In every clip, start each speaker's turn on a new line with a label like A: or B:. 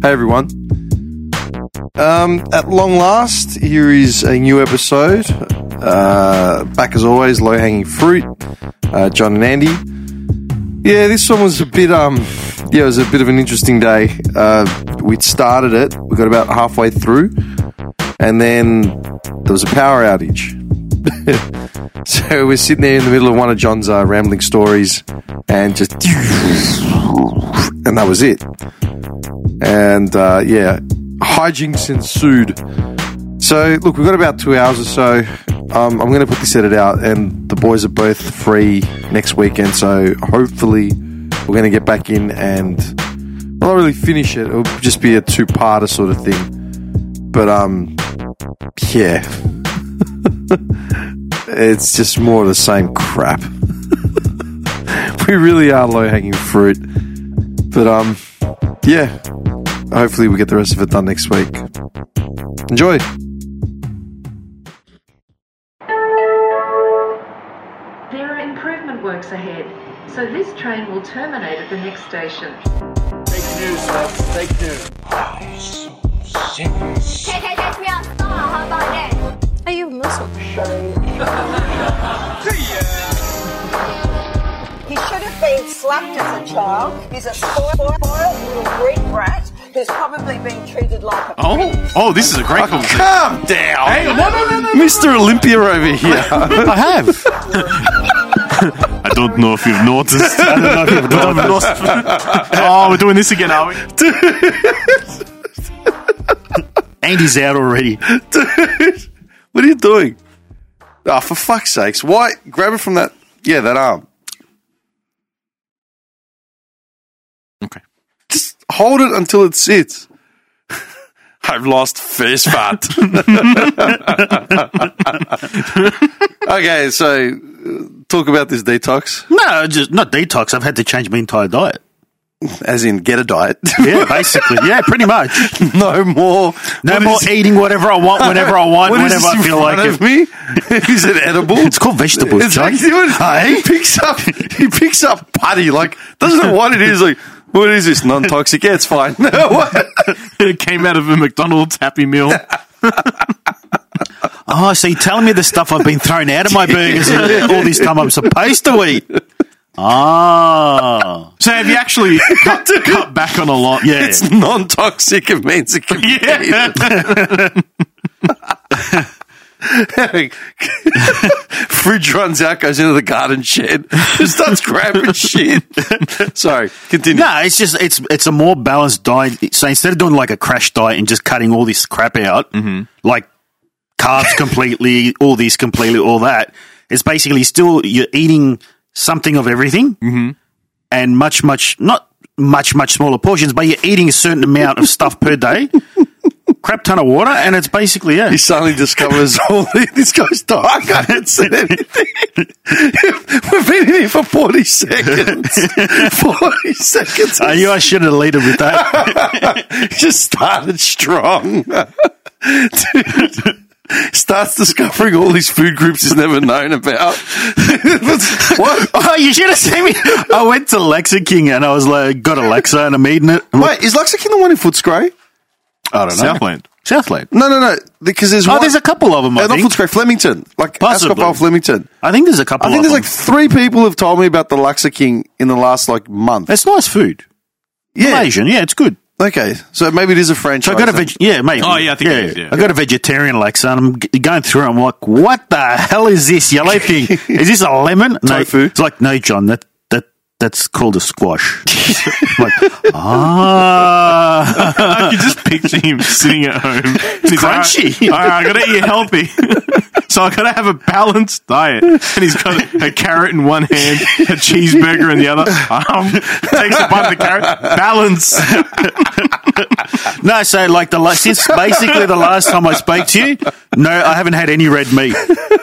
A: Hey everyone. Um, at long last, here is a new episode. Uh, back as always, low hanging fruit. Uh, John and Andy. Yeah, this one was a bit. Um, yeah, it was a bit of an interesting day. Uh, we started it. We got about halfway through, and then there was a power outage. so we're sitting there in the middle of one of John's uh, rambling stories, and just, and that was it and uh, yeah, hijinks ensued. So look, we've got about two hours or so. Um, I'm going to put this edit out, and the boys are both free next weekend, so hopefully we're going to get back in and well, not really finish it. It'll just be a two-parter sort of thing. But um, yeah, it's just more of the same crap. we really are low-hanging fruit, but um, yeah, hopefully we get the rest of it done next week. Enjoy.
B: There are improvement works ahead, so this train will terminate at the next station.
C: Fake news, folks. Fake news.
D: Take, take, take me outside. How about that?
E: Are you a Muslim?
F: He should have been slapped as a child. He's a spoiled little Greek brat who's probably been treated like a
G: Oh, oh, this is a great conversation.
A: Calm down.
G: Hey, no, no, no, no, no.
A: Mr. Olympia over here.
G: I have. I don't know if you've noticed. I don't know if you've noticed. oh, we're doing this again, are we? Andy's out already.
A: what are you doing? Ah, for fuck's sakes. Why? Grab it from that. Yeah, that arm.
G: Okay.
A: Just hold it until it sits. I've lost face fat. okay, so uh, talk about this detox,
G: No, just not detox. I've had to change my entire diet.
A: as in get a diet.
G: Yeah, basically. Yeah, pretty much.
A: no more.
G: No
A: what
G: more
A: is-
G: eating whatever I want, whenever I want,
A: What is this
G: whenever I
A: in
G: feel like
A: front
G: it.
A: of me? is it edible?
G: It's called vegetables,
A: It's
G: John.
A: like, dude, he picks up he picks up putty, like doesn't know what it is, like what is this? Non toxic? Yeah, it's fine. What?
G: it came out of a McDonald's Happy Meal. oh, so you're telling me the stuff I've been thrown out of my burgers and all this time I'm supposed to eat. Oh. So have you actually cut, cut back on a lot? Yeah.
A: it's non toxic it means it can be
G: Yeah.
A: eaten. Fridge runs out, goes into the garden shed, just starts grabbing shit. Sorry, continue.
G: no, it's just it's it's a more balanced diet. So instead of doing like a crash diet and just cutting all this crap out, like carbs completely, all this completely, all that, it's basically still you're eating something of everything, and much much not much much smaller portions, but you're eating a certain amount of stuff per day. Crap ton of water, and it's basically yeah.
A: He suddenly discovers all this goes dark. I haven't seen anything. We've been here for 40 seconds. 40 seconds.
G: I knew I should have leaded with that.
A: just started strong. Dude, starts discovering all these food groups he's never known about. what?
G: oh, you should have seen me. I went to Alexa King and I was like, got Alexa and I'm eating it. I'm like,
A: Wait, is Luxakin the one in Footscray?
G: I don't know.
C: Southland.
G: Southland.
A: No, no, no. Because there's
G: Oh,
A: one.
G: there's a couple of them. I
A: Uh, not
G: think.
A: Footscray, Flemington. Like
G: Possibly.
A: Ascot Flemington.
G: I think there's a couple.
A: I think
G: of
A: there's
G: them.
A: like three people have told me about the Luxa King in the last like month.
G: it's nice food.
A: yeah.
G: Malaysian, yeah, it's good.
A: Okay. So maybe it is a franchise.
G: So I got a veg- yeah, mate.
C: Oh, yeah, I think it is, yeah.
G: I got a vegetarian Alexa, and I'm g- going through. I'm like, what the hell is this yellow thing? is this a lemon? No,
A: Tofu.
G: It's like no, John. That that that's called a squash. I'm like ah,
C: I can just picture him sitting at home. It's
G: crunchy.
C: All right, I gotta eat healthy. So I gotta have a balanced diet, and he's got a carrot in one hand, a cheeseburger in the other. Um, takes a bite of the carrot. Balance.
G: no. So like the la- since basically the last time I spoke to you, no, I haven't had any red meat.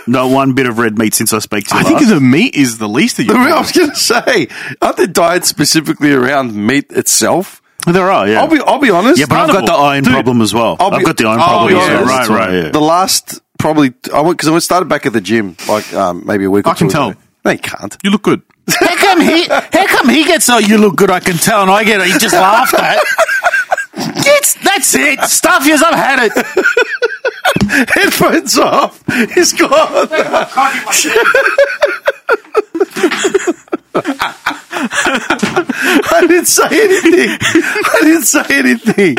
G: Not one bit of red meat since I spoke to you.
C: I
G: last.
C: think the meat is the least of your.
A: I was going to say, aren't there diets specifically around meat itself?
G: there are. Yeah,
A: I'll be, I'll be honest.
G: yeah, but I've got the
C: Carnival.
G: iron
C: Dude,
G: problem as well.
A: I'll be- Oh,
G: I've got the iron
C: I'll
G: problem.
C: be
G: as well.
C: honest.
G: right, right. Yeah.
A: The last probably I went because I started back at the gym like um, maybe a week.
C: I
A: or
C: can
A: two
C: tell.
A: ago. No, you can't.
C: You look good.
G: How come he? How come he gets? Oh, you look good. I can tell, and I get. He just laughed at. You That's it. Stuff yours. I've had it.
A: Headphones off. He's gone. I didn't say anything. I didn't say anything.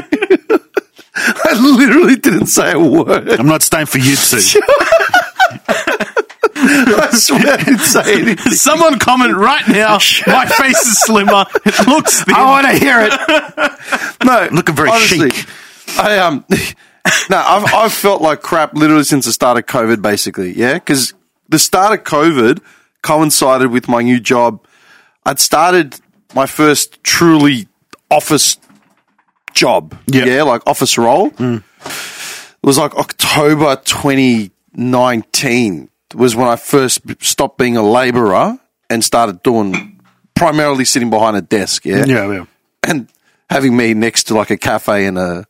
A: I literally didn't say a word.
G: I'm not staying for you two.
A: I swear I didn't say anything.
C: Someone comment right now. My face is slimmer. It looks thin.
G: I want to hear it.
A: No,
G: Looking very
A: honestly,
G: chic.
A: I um, no, I've I've felt like crap literally since the start of COVID, basically. Yeah, because the start of COVID coincided with my new job. I'd started my first truly office job.
G: Yeah.
A: yeah, like office role. It was like October 2019 was when I first b- stopped being a labourer and started doing primarily sitting behind a desk.
G: Yeah, yeah.
A: and having me next to like a cafe and a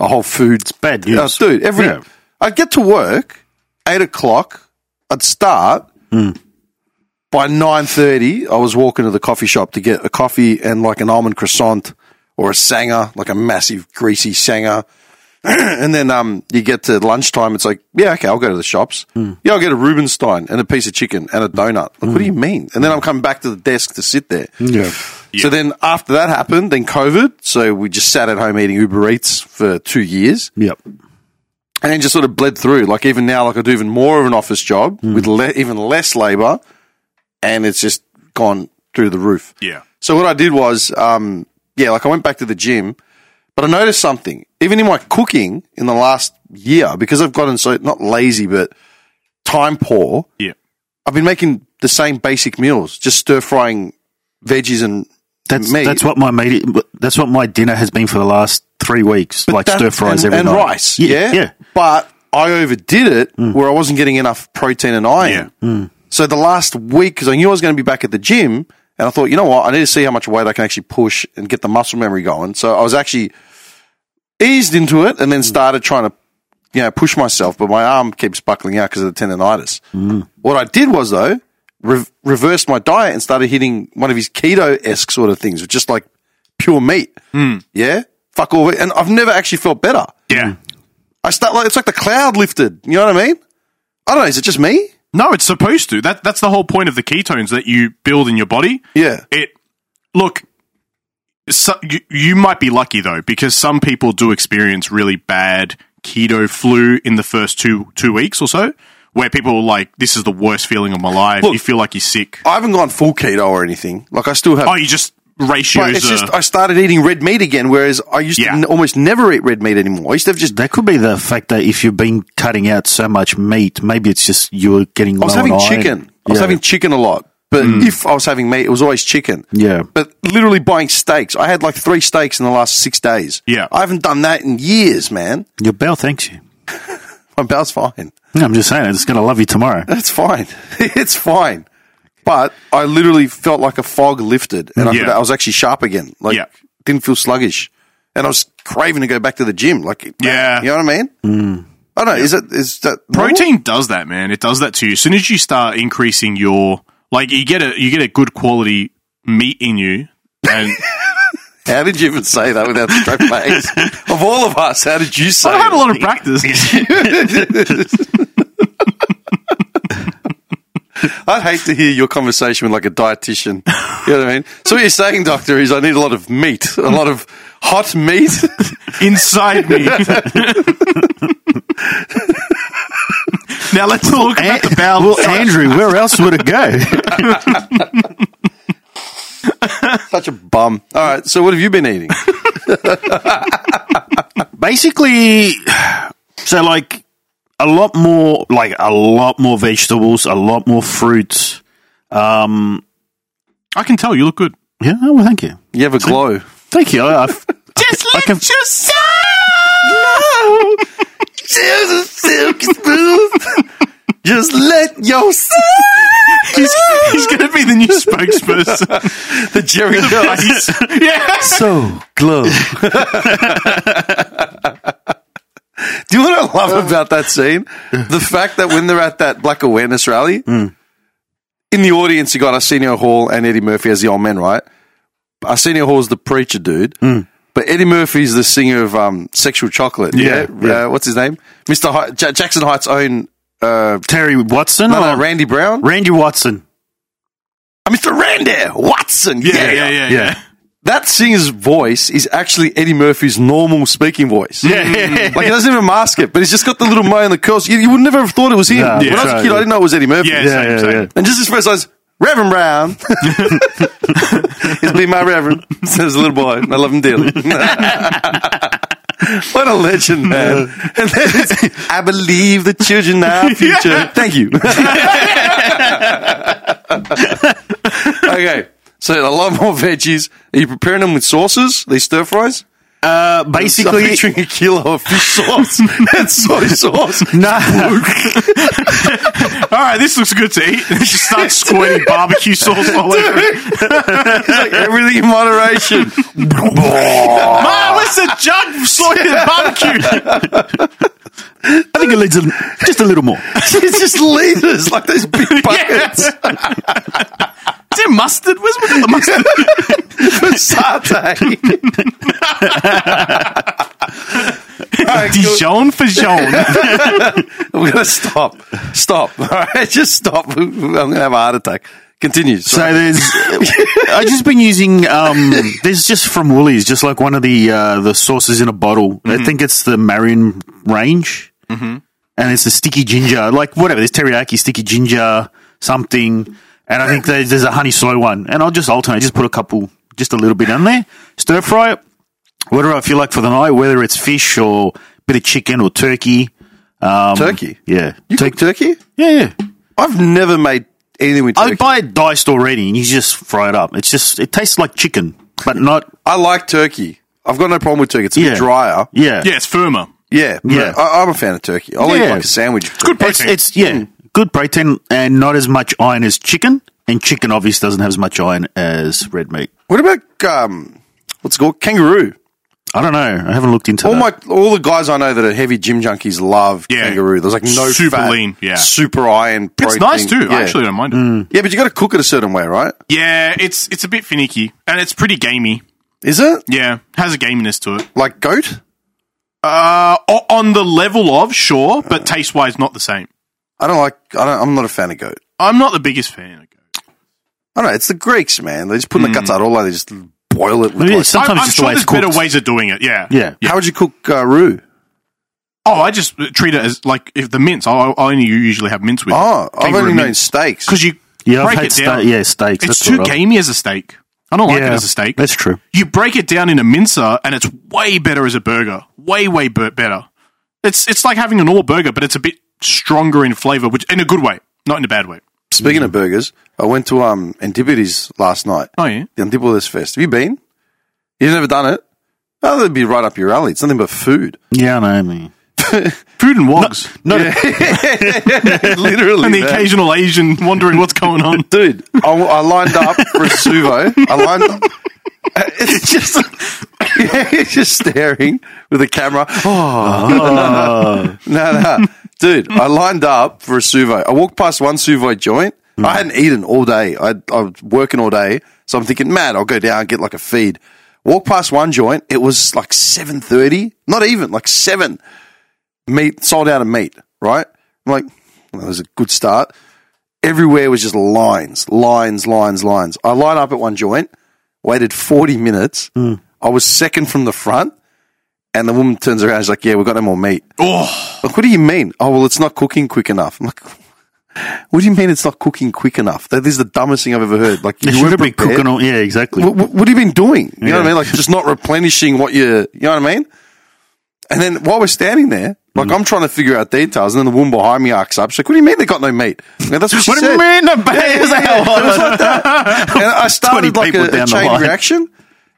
A: a whole food
G: bad news.
A: dude. Every
G: Yeah.
A: I'd get to work eight o'clock. I'd start by nine thirty. I was walking to the coffee shop to get a coffee and like an almond croissant or a sanger, like a massive greasy sanger. and then um, you get to lunchtime. It's like, yeah, okay, I'll go to the shops. Yeah, I'll get a Rubenstein and a piece of chicken and a donut. Like, What do you mean? And then I'm coming back to the desk to sit there.
G: Yeah.
A: So then after that happened, then COVID. So we just sat at home eating Uber Eats for two years
G: Yep.
A: and then just sort of bled through. Like even now, like I do even more of an office job with le- even less labor and it's just gone through the roof.
C: Yeah.
A: So what I did was, um, yeah, like I went back to the gym, but I noticed something. Even in my cooking in the last year, because I've gotten so not lazy but time poor,
C: Yeah.
A: I've been making the same basic meals, just stir frying veggies and
G: That's
A: meat.
G: that's what my meat, that's what my dinner has been for the last three weeks. like
A: that-
G: stir fries
A: and,
G: every
A: and
G: night.
A: rice. Yeah,
G: yeah. Mm.
A: But I overdid it where I wasn't getting enough protein and iron. So the last week, because I knew I was going to be back at the gym, and I thought, you know what, I need to see how much weight I can actually push and get the muscle memory going. So I was actually eased into it, and
G: Mm.
A: then started trying to, you know, push myself. But my arm keeps buckling out because of the tendonitis.
G: Mm.
A: What I did was though. Re- reversed my diet and started hitting one of his keto esque sort of things, which just like pure meat. Yeah, fuck all. And I've never actually felt better.
G: Hmm.
C: Yeah.
A: I start like it's like the cloud lifted. You know what I mean? I don't know. Is it just me?
C: No, it's supposed to. That that's the whole point of the ketones that you build in your body.
A: Yeah.
C: It look, so, you, you might be lucky though because some people do experience really bad keto flu in the first two two weeks or so, where people are like, "This is the worst feeling of my life."
A: Look-
C: you feel like you're sick.
A: I haven't gone full keto or anything. Like I still have.
C: Oh, you just ratios.
A: but it's
C: are-
A: just I started eating red meat again, whereas I used
C: Yeah.
A: to n- almost never eat red meat anymore. I used to have just.
G: That could be the fact that if you've been cutting out so much meat, maybe it's just you're getting low
A: I was
G: on
A: having
G: iron.
A: chicken. I was
G: Yeah.
A: having chicken a lot. But if I was having meat, it was always chicken.
G: Yeah.
A: But literally buying steaks. I had like three steaks in the last six days.
C: Yeah.
A: I haven't done that in years, man.
G: Your bell thanks you.
A: My bowel's fine.
G: No, I'm just saying, it's going to love you tomorrow.
A: That's fine. it's fine. But I literally felt like a fog lifted, and I,
C: Yeah.
A: could- I was actually sharp again. Like
C: Yeah.
A: didn't feel sluggish, and I was craving to go back to the gym. Like
C: Yeah.
A: you know what I mean. Mm. I don't know. Is it is that normal?
C: protein does that man it does that to you as soon as you start increasing your like you get a you get a good quality meat in you and
A: How did you even say that without a straight face? of all of us, how did you say?
C: i had a
A: it?
C: lot of practice
A: I'd hate to hear your conversation with like a dietitian. You know what I mean? So what you're saying, doctor, is I need a lot of meat, a lot of hot meat.
C: inside me now let's talk about the bowel
G: Well, Andrew, where else would it go?
A: Such a bum. All right. So what have you been eating?
G: Basically, so like a lot more, like a lot more vegetables, a lot more fruits. Um,
C: i can tell you look good
G: yeah, oh, well, thank you.
A: You have a glow.
G: Thank you. I, I've,
C: just
G: I can-
C: yourself
A: Just let yourself.
C: he's, he's gonna be the new spokesperson
A: The Jerry Rice.
C: yes
G: so glow.
A: Do you know what I love about that scene? The fact that when they're at that Black Awareness rally, in the audience you got Arsenio Hall and Eddie Murphy as the old men, right? Arsenio Hall's the preacher dude. But Eddie Murphy's the singer of um, Sexual Chocolate.
G: Yeah, yeah.
A: Uh, what's his name? Mr. Hy- Ja- Jackson Heights' own. Uh,
G: Terry Watson?
A: no,
G: or-
A: no, Randy Brown.
G: Randy Watson.
A: Uh, Mr. Randy Watson.
C: Yeah, yeah, yeah, yeah.
A: That singer's voice is actually Eddie Murphy's normal speaking voice.
G: Yeah.
A: Like he doesn't even mask it, but he's just got the little mo and the curls. You, you would never have thought it was him.
G: Nah,
A: when
G: yeah,
A: I was a
G: right,
A: kid, I
G: yeah.
A: didn't know it was Eddie Murphy.
C: Yeah,
G: Yeah, yeah,
C: same, same.
G: yeah.
A: And just his first eyes, Reverend Brown. He's been my Reverend since a little boy. and I love him dearly. what a legend, man. And then it's, I believe the children are our future. Thank you. okay. So a lot more veggies. Are you preparing them with sauces? These stir fries?
G: Uh,
A: I'm
G: basically,
A: picturing a kilo of fish sauce and soy sauce.
G: nah.
C: All right, this looks good to eat. Just start squirting barbecue sauce all over it.
A: It's like everything in moderation.
C: Mom, it's a jug of soy and barbecue.
G: I think it leads a, just a little more.
A: it's just liters, like those big buckets
C: Is there mustard? Where's we got the mustard?
A: for satay. All right, cool.
C: Dijon Fajon.
A: We're gonna stop. Stop. All right, just stop. I'm gonna have a heart attack. Continue.
G: So there's, I just been using. Um, there's just from Woolies, just like one of the uh, the sauces in a bottle.
A: Mm-hmm.
G: I think it's the Marion range, mm-hmm. and it's the sticky ginger, like whatever. There's teriyaki, sticky ginger, something, and I think there's, there's a honey soy one. And I'll just alternate, just put a couple, just a little bit in there, stir fry it. Whatever I feel like for the night, whether it's fish or bit of chicken or turkey. Um,
A: turkey.
G: yeah,
A: You cook turkey?
G: yeah, yeah.
A: I've never made anything with
G: I
A: turkey.
G: buy it diced already, and you just fry it up. It's just it tastes like chicken, but not
A: I like turkey. I've got no problem with turkey. It's a
G: yeah
A: bit drier.
G: Yeah,
C: Yeah, it's firmer.
A: Yeah, but
G: Yeah.
A: I, I'm a fan of turkey. I'll eat
G: Yeah.
A: like a sandwich. It's
C: Good
G: It's,
C: protein.
G: it's yeah good protein and not as much iron as chicken. And chicken obviously doesn't have as much iron as red meat.
A: What about um, what's it called kangaroo?
G: I don't know. I haven't looked into
A: All
G: that.
A: Oh my all the guys I know that are heavy gym junkies love
C: uh, Yeah.
A: kangaroo. There's like no
C: Super
A: fat,
C: lean, yeah.
A: super iron.
C: it's
A: Protein.
C: nice too.
A: Yeah.
C: I actually don't mind it.
A: yeah, but you got to cook it a certain way, right?
C: Yeah, it's it's a bit finicky and it's pretty gamey.
A: Is it
C: Yeah, has a gaminess to it.
A: like goat?
C: Uh, o- on the level of sure, but taste wise, not the same.
A: I don't like. I don't, I'm not a fan of goat.
C: I'm not the biggest fan. of goat.
A: I don't know. It's the Greeks, man. They just put in
C: Mm.
A: the guts out all. They just boil it. With
G: Maybe
A: like-
G: it's sometimes
C: I, I'm
G: it's the
C: sure
G: way it's
C: there's
G: cooked.
C: better ways of doing it. Yeah,
G: Yeah.
A: How would you cook uh, roux?
C: Oh, I just treat it as like if the mince. I, I only usually have mince with.
A: Oh, I've only known steaks.
C: because you
G: Yeah, I've
C: break
G: had
C: it down.
G: ste- yeah, steaks,
C: It's
G: that's
C: too
G: what I-
C: gamey as a steak. I don't like it
G: Yeah,
C: as a steak.
G: That's true.
C: you break it down in a mincer, and it's way better as a burger. Way way b- better. It's it's like having a normal burger, but it's a bit stronger in flavor, which in a good way, not in a bad way.
A: Speaking of burgers, I went to um Antipodes last night.
C: Oh yeah,
A: the Antipodes Fest. Have you been? You've never done it? Oh, that'd be right up your alley. It's nothing but food.
G: Yeah, I know. I mean,
C: food and wogs.
G: no,
A: Literally.
C: and the
A: man.
C: occasional Asian wondering what's going on.
A: Dude, I, I lined up for a suvo. I lined up. It's just, it's just staring with a camera. Oh. no, no. Dude, I lined up for a suvo. I walked past one suvo joint. I hadn't eaten all day. I, I was working all day. So I'm thinking, man, I'll go down and get like a feed. Walk past one joint. It was like 7.30. Not even, like 7. Meat, sold out of meat, right? I'm like, well, that was a good start everywhere was just lines, lines, lines, lines. I lined up at one joint, waited 40 minutes.
G: Hmm.
A: I was second from the front, and the woman turns around. She's like, "Yeah, we've got no more meat."
C: Oh,
A: Like, what do you mean? Oh, well, it's not cooking quick enough. I'm like, what do you mean it's not cooking quick enough? That is the dumbest thing I've ever heard. Like,
G: it
A: you
G: should
A: were
G: have been
A: prepared.
G: cooking all. Yeah, exactly.
A: What, what, what have you been doing? You know what I
G: Yeah.
A: mean? Like just not replenishing what you, you know what I mean? And then while we're standing there, like
G: Hmm.
A: I'm trying to figure out details, and then the woman behind me arcs up. She's like, "What do you mean they got no meat?" Now, that's what she
G: What do
A: said.
G: you mean no meat?
A: Yeah, yeah, yeah. It was like that. And I started
G: 20
A: like
G: people
A: a, a
G: down the
A: chain
G: line.
A: reaction,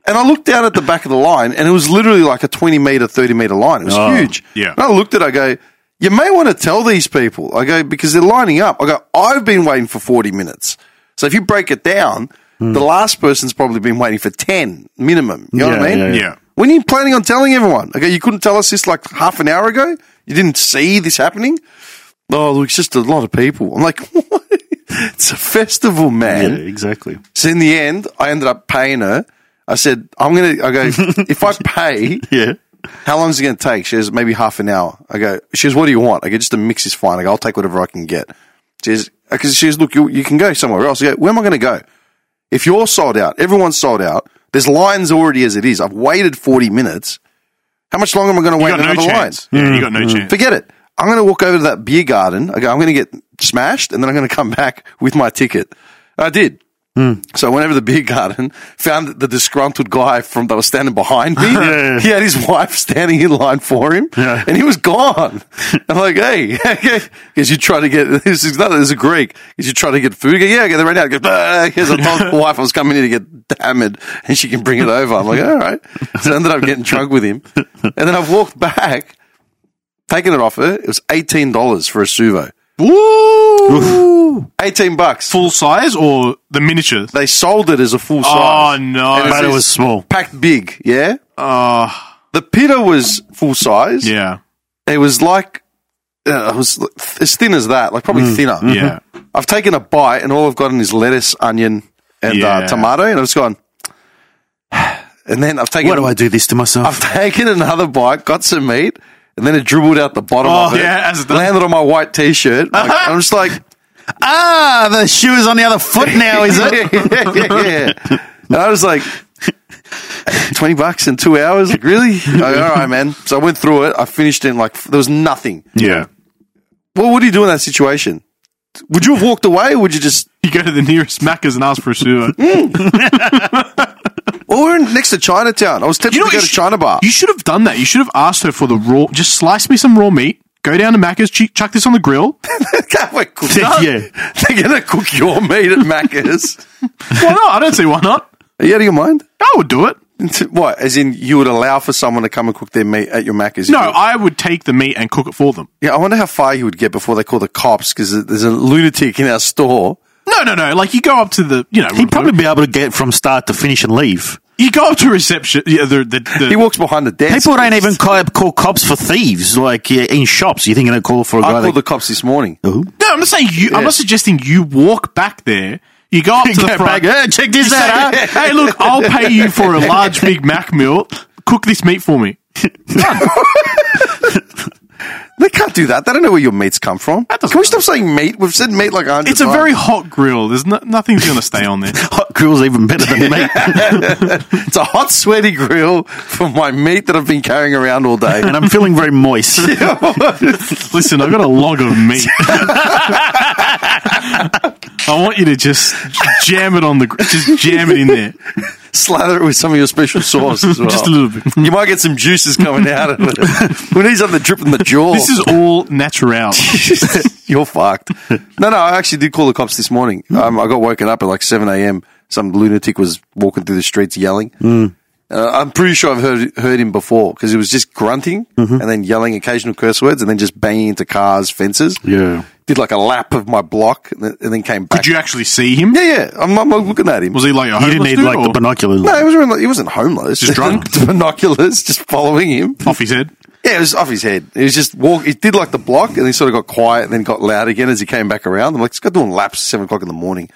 A: and I looked down at the back of the line, and it was literally like a 20 meter, 30 meter line. It was
G: Oh,
A: huge.
C: yeah.
A: And I looked at, it, I go. You may want to tell these people, I go, because they're lining up. I go, I've been waiting for 40 minutes. So if you break it down,
G: Hmm.
A: the last person's probably been waiting for 10 minimum. You know what I
G: Yeah,
A: mean?
G: yeah, yeah.
C: Yeah.
A: When are you planning on telling everyone? Okay, you couldn't tell us this like half an hour ago? You didn't see this happening? Oh, look, it's just a lot of people. I'm like, what? It's a festival,
G: yeah,
A: man.
G: exactly.
A: So in the end, I ended up paying her. I said, I'm going to, I go, if I pay,
G: Yeah.
A: how long is it going to take? She goes, maybe half an hour. I go, she goes, what do you want? I go, just a mix is fine. I go, I'll take whatever I can get. She goes, because she goes, look, you, you can go somewhere else. I go, where am I going to go? If you're sold out, everyone's sold out. There's lines already as it is. I've waited 40 minutes. How much longer am I going to
C: You
A: wait
C: got
A: another Hmm,
C: no
A: line?
C: chance. Yeah, you got no chance.
A: Forget it. I'm going to walk over to that beer garden. I go, I'm going to get smashed and then I'm going to come back with my ticket. I did.
G: Hmm.
A: So I went over to the beer garden, found the disgruntled guy from that was standing behind me.
G: Yeah.
A: He had his wife standing in line for him
G: Yeah.
A: and he was gone. I'm like, hey, because you try to get, this is another, this is a Greek. Because you try to get food. I go, yeah, okay, they ran out. I go, "Bah, here's a dog wife. I was coming here to get hammered and she can bring it over. I'm like, all right. So I ended up getting drunk with him. And then I've walked back taking it off her. It was eighteen dollars for a suvo.
C: Woo!
A: Eighteen bucks.
C: Full size or the miniature?
A: They sold it as a full
C: Oh
A: size.
C: no!
A: And
G: But it
A: it's-
G: was small.
A: Packed big, yeah.
C: Oh,
A: The pitta was full size.
C: yeah,
A: It was like uh, it was th- as thin as that, like probably thinner.
C: Mm.
A: Mm-hmm.
C: yeah.
A: I've taken a bite, and all I've gotten is lettuce, onion, and uh,
C: Yeah.
A: tomato, and I've just gone. And then I've taken.
G: Why do I do this to myself?
A: I've taken another bite, got some meat, and then it dribbled out the bottom
C: Oh,
A: of it.
C: yeah, as it does.
A: landed on my white t-shirt. Like, I'm just like,
G: ah, the shoe is on the other foot now, is it?
A: yeah, yeah, yeah. And I was like, 20 bucks in two hours? Like, really? I go, All right, man. So I went through it. I finished in like, there was nothing.
C: Yeah.
A: What would you do in that situation? Would you have walked away? Or would you just,
C: You go to the nearest Macca's and ask for a sewer. you
A: well, we're in, next to Chinatown. I was tempted to go to
C: sh-
A: China Bar.
C: You should have done that. You should have asked her for the raw. Just slice me some raw meat. Go down to Macca's, ch- chuck this on the grill.
A: can't wait, cook
G: Yeah.
A: that. They're going to cook your meat at Macca's.
C: Why not? I don't see why not.
A: Are you out of your mind?
C: I would do it.
A: What? As in, you would allow for someone to come and cook their meat at your Macca's?
C: No, I would take the meat and cook it for them.
A: yeah, I wonder how far you would get before they call the cops because there's a lunatic in our store.
C: No, no, no. Like you go up to the, you know,
G: He'd probably be able to get from start to finish and leave.
C: you go up to reception. Yeah, the, the, the,
A: He walks behind the desk.
G: People don't even call, call cops for thieves, like yeah, in shops. You think they call for a
A: I
G: guy?
A: called the
G: That,
A: cops this morning.
G: Who?
C: No, I'm not saying you. I'm
A: Yeah.
C: not suggesting you walk back there. You go up to the
G: Go back,
C: front.
G: "Hey, check this
C: you
G: out,
C: say, Hey, look, I'll pay you for a large Big Mac meal. Cook this meat for me.
A: They can't do that. They don't know where your meats come from. Can
C: doesn't
A: we stop saying meat? We've said meat like a hundred
C: It's a
A: times.
C: very hot grill. There's no, nothing's going to stay on there.
G: Hot grill's even better than meat.
A: it's a hot, sweaty grill for my meat that I've been carrying around all day.
G: and I'm feeling very moist.
C: Listen, I've got a log of meat. I want you to just jam it on the, gr- just jam it in there,
A: Slather it with some of your special sauce as well.
C: just a little bit.
A: You might get some juices coming out of it. we need something to drip in the jaw.
C: This is all natural.
A: You're fucked. No, no, I actually did call the cops this morning.
C: Hmm.
A: Um, I got woken up at like 7 a.m. Some lunatic was walking through the streets yelling.
C: Hmm.
A: Uh, I'm pretty sure I've heard, heard him before because he was just grunting
C: Mm-hmm.
A: and then yelling occasional curse words and then just banging into cars, fences.
G: Yeah.
A: Did like a lap of my block and then, and then came back.
C: Did you actually see him?
A: yeah, yeah. I'm, I'm looking at him.
C: Was he like a
G: You
C: homeless
G: didn't need
C: dude
G: like
C: or
G: the binoculars.
A: no, he, was around, he wasn't homeless.
C: Just drunk?
A: The binoculars, just following him.
C: off his head?
A: Yeah, it was off his head. He was just walk. He did like the block, and he sort of got quiet, and then got loud again as he came back around. I'm like, this guy doing laps at seven o'clock in the morning.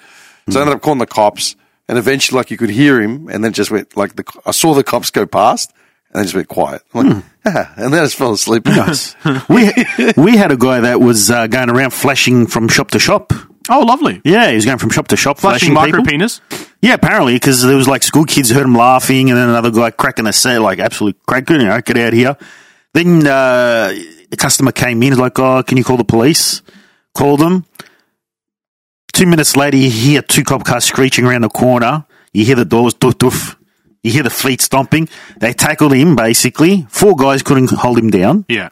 A: So I ended up calling the cops, and eventually, like, you could hear him, and then just went like the. I saw the cops go past, and then just went quiet. I'm like,
C: Hmm.
A: "Ah," and then I just fell asleep.
G: Nice. we we had a guy that was uh, going around flashing from shop to shop.
C: Oh, lovely.
G: Yeah, he was going from shop to shop
C: Flashing
G: flashing,
C: micro
G: people.
C: penis.
G: Yeah, apparently because there was like school kids heard him laughing, and then another guy cracking a set like absolute crack. You know, get out here. Then uh, a customer came in, like, "Oh, can you call the police?" Called them. Two minutes later, you hear two cop cars screeching around the corner. You hear the doors doof doof. You hear the feet stomping. They tackled him basically. Four guys couldn't hold him down.
C: Yeah.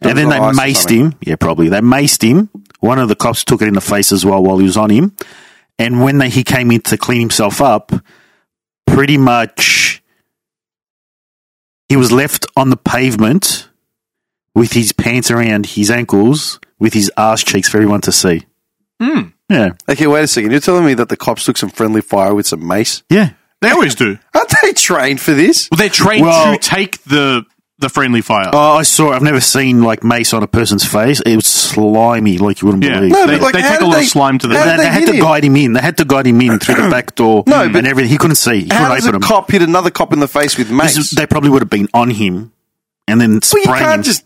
G: And then
A: was
G: they
A: on ice or
G: maced
A: something.
G: him. Yeah, probably. They maced him. One of the cops took it in the face as well while he was on him. And when they, he came in to clean himself up, pretty much he was left on the pavement with his pants around his ankles, with his ass cheeks for everyone to see. Yeah.
A: Okay, wait a second. You're telling me that the cops took some friendly fire with some mace?
G: Yeah.
C: They always do.
A: Aren't they trained for this?
C: Well, they're trained
G: Well-
C: to take the the friendly fire.
G: Oh, I saw. I've never seen like mace on a person's face. It was slimy, like you wouldn't
C: Yeah.
G: believe.
C: No,
G: they,
C: but they take
A: how
C: a
A: did
C: lot of slime to the-
A: how
G: they-
A: did
G: they
A: they
G: had
A: hit
G: to
A: him?
G: guide him in. They had to guide him in through the back door
A: No, but-
G: and everything. He couldn't see. He
A: How
G: couldn't
A: does a
G: open him.
A: cop hit another cop in the face with
G: This
A: mace?
G: is- They probably would have been on him and then
A: Well,
G: spraying
A: you can't
G: him.
A: just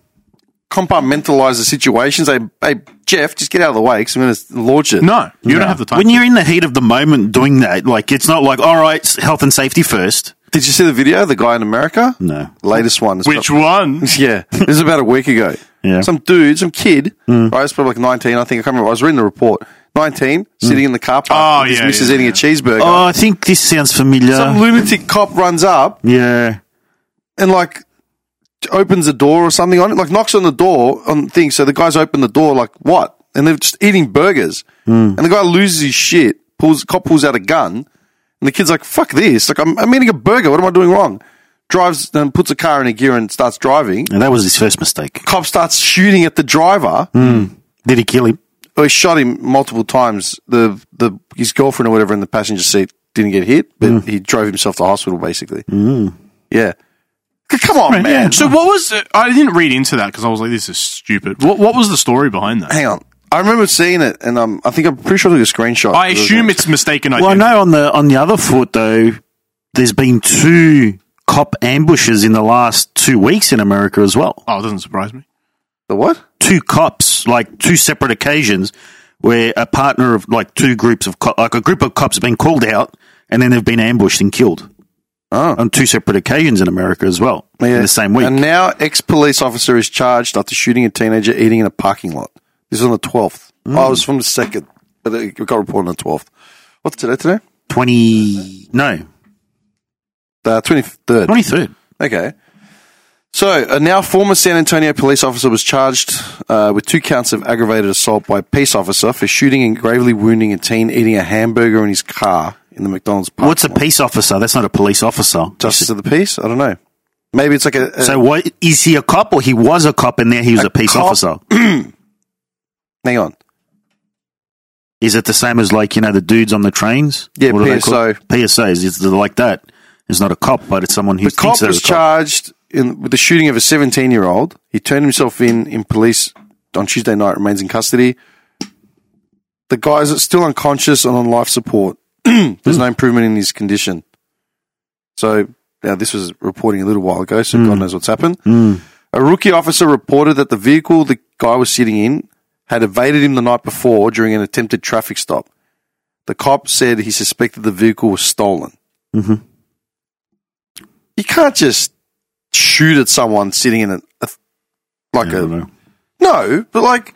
A: compartmentalize the situations. Hey, hey, Jeff, just get out of the way because I'm going to launch it.
C: no, you
G: Yeah.
C: don't have the time.
G: When
C: to.
G: you're in the heat of the moment doing that, like it's not like all right, s- health and safety first.
A: Did you see the video? The guy in America?
G: No.
A: Latest one. It's
C: Which
A: prob-
C: one?
A: Yeah. This is about a week ago.
G: Yeah.
A: Some dude, some kid, right? It's probably like 19, I think. I can't remember. I was reading the report. 19, sitting in the car park.
C: Oh,
A: with his
C: yeah,
A: missus
C: yeah,
A: eating
C: yeah.
A: a cheeseburger.
G: Oh, I think this sounds familiar.
A: some lunatic cop runs up
G: yeah,
A: and like opens a door or something on it, like knocks on the door on things. So the guys open the door, like what? And they're just eating burgers. And the guy loses his shit. Pulls cop pulls out a gun, and the kid's like, "Fuck this! Like I'm, I'm eating a burger. What am I doing wrong?" Drives and puts a car in a gear and starts driving.
G: and that was his first mistake.
A: Cop starts shooting at the driver.
G: Did he kill him?
A: Or he shot him multiple times. The the his girlfriend or whatever in the passenger seat didn't get hit, but he drove himself to hospital basically. Yeah. C- Come on, man.
C: So what was? I didn't read into that because I was like, "This is stupid." What What was the story behind that?
A: hang on. I remember seeing it, and um, I think I'm pretty sure I took a screenshot.
C: I assume it's mistaken.
G: Well, I
C: identity.
G: know on the on the other foot though, there's been two cop ambushes in the last two weeks in America as well.
C: Oh, it doesn't surprise me.
A: the what?
G: Two cops, like two separate occasions, where a partner of like two groups of co- like a group of cops have been called out and then they've been ambushed and killed. On two separate occasions in America as well in the same week.
A: Oh. And now, ex police officer is charged after shooting a teenager eating in a parking lot. This is on the 12th.
G: Hmm.
A: Oh, it was from the second, but it got reported on the 12th. What's today? Today,
G: Twenty no,
A: the 23rd.
G: twenty third.
A: Okay. So, a now former San Antonio police officer was charged uh, with two counts of aggravated assault by a peace officer for shooting and gravely wounding a teen eating a hamburger in his car in the McDonald's. parking
G: What's a
A: lot.
G: peace officer? That's not a police officer.
A: Justice of the peace? I don't know. Maybe it's like a, a
G: So what is he a cop or he was a cop and now he was a,
A: uh, A
G: peace
A: cop?
G: officer?
A: Hang on.
G: Is it the same as like you know the dudes on the trains?
A: Yeah,
G: are they
A: PSO.
G: called? PSOs. It's like that. It's not a cop, but it's someone who
A: The
G: thinks
A: cop
G: they're
A: was
G: a cop.
A: charged in, with the shooting of a 17 year old. He turned himself in in police on Tuesday night, remains in custody. The guy's still unconscious and on life support. There's no improvement in his condition. So, now this was reporting a little while ago, so
G: Hmm.
A: God knows what's happened. A rookie officer reported that the vehicle the guy was sitting in had evaded him the night before during an attempted traffic stop. The cop said he suspected the vehicle was stolen.
G: Mm-hmm.
A: You can't just shoot at someone sitting in a, a like
G: I
A: a
G: don't know.
A: no, but like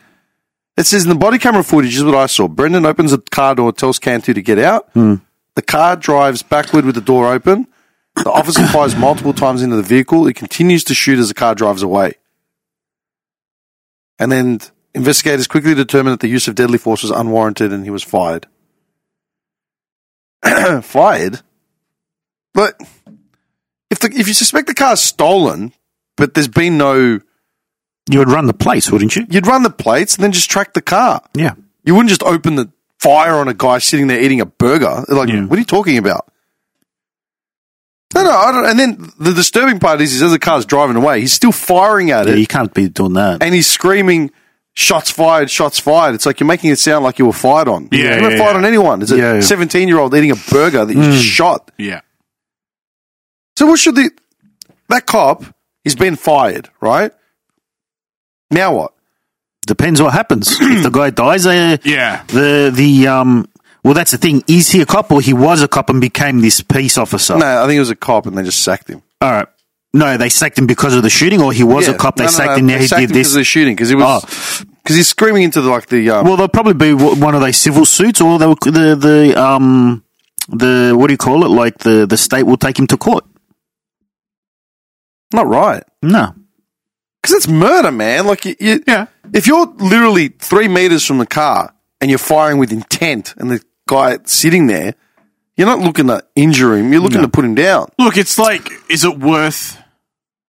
A: it says in the body camera footage is what I saw. Brendan opens the car door, tells Cantu to get out.
G: Hmm.
A: The car drives backward with the door open. The officer fires multiple times into the vehicle. It continues to shoot as the car drives away. And then investigators quickly determined that the use of deadly force was unwarranted and he was fired. fired? But if the, if you suspect the car's stolen, but there's been no
G: You would run the place, wouldn't you?
A: you'd run the plates and then just track the car.
G: Yeah.
A: You wouldn't just open the fire on a guy sitting there eating a burger. Like,
G: Yeah.
A: what are you talking about? No, no. I don't, and then the disturbing part is, is as the car's driving away, he's still firing at
G: Yeah,
A: it
G: you can't be doing that.
A: and he's screaming, "Shots fired! Shots fired!" It's like you're making it sound like you were fired on.
C: Yeah,
A: you never
C: yeah,
A: fired
C: yeah.
A: on anyone. It's
G: Yeah, Hmm. yeah.
A: a 17 year old eating a burger that you just shot.
C: Yeah.
A: So what should the that cop? He's been fired, right? Now what?
G: Depends what happens. if the guy dies, uh,
C: Yeah.
G: The the um. Well, that's the thing. Is he a cop or he was a cop and became this peace officer?
A: No, I think it was a cop, and they just sacked him.
G: All right. No, they sacked him because of the shooting, or he was
A: Yeah.
G: a cop. They
A: No, no,
G: sacked
A: no,
G: him. Now
A: they
G: he
A: sacked
G: did
A: him 'cause
G: this.
A: of the shooting because he was because he's screaming into the like the um,
G: Well, they'll probably be w- one of those civil suits, or they'll the the um the what do you call it? Like the the state will take him to court.
A: not right
G: No,
A: because it's murder, man. Like you, you,
C: Yeah.
A: if you're literally three meters from the car and you're firing with intent, and the guy sitting there, you're not looking to injure him. You're looking to put him down.
C: Look, it's like, is it worth?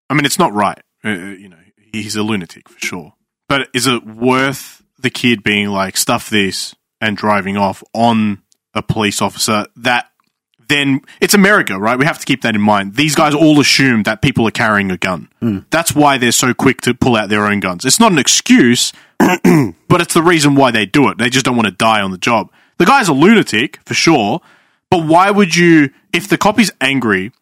C: I mean, it's not right. Uh, you know, he's a lunatic for sure. But is it worth the kid being like, stuff this and driving off on a police officer that then it's America, right? We have to keep that in mind. These guys all assume that people are carrying a gun. That's why they're so quick to pull out their own guns. It's not an excuse, but it's the reason why they do it. They just don't want to die on the job. The guy's a lunatic for sure, but why would you, if the copy's angry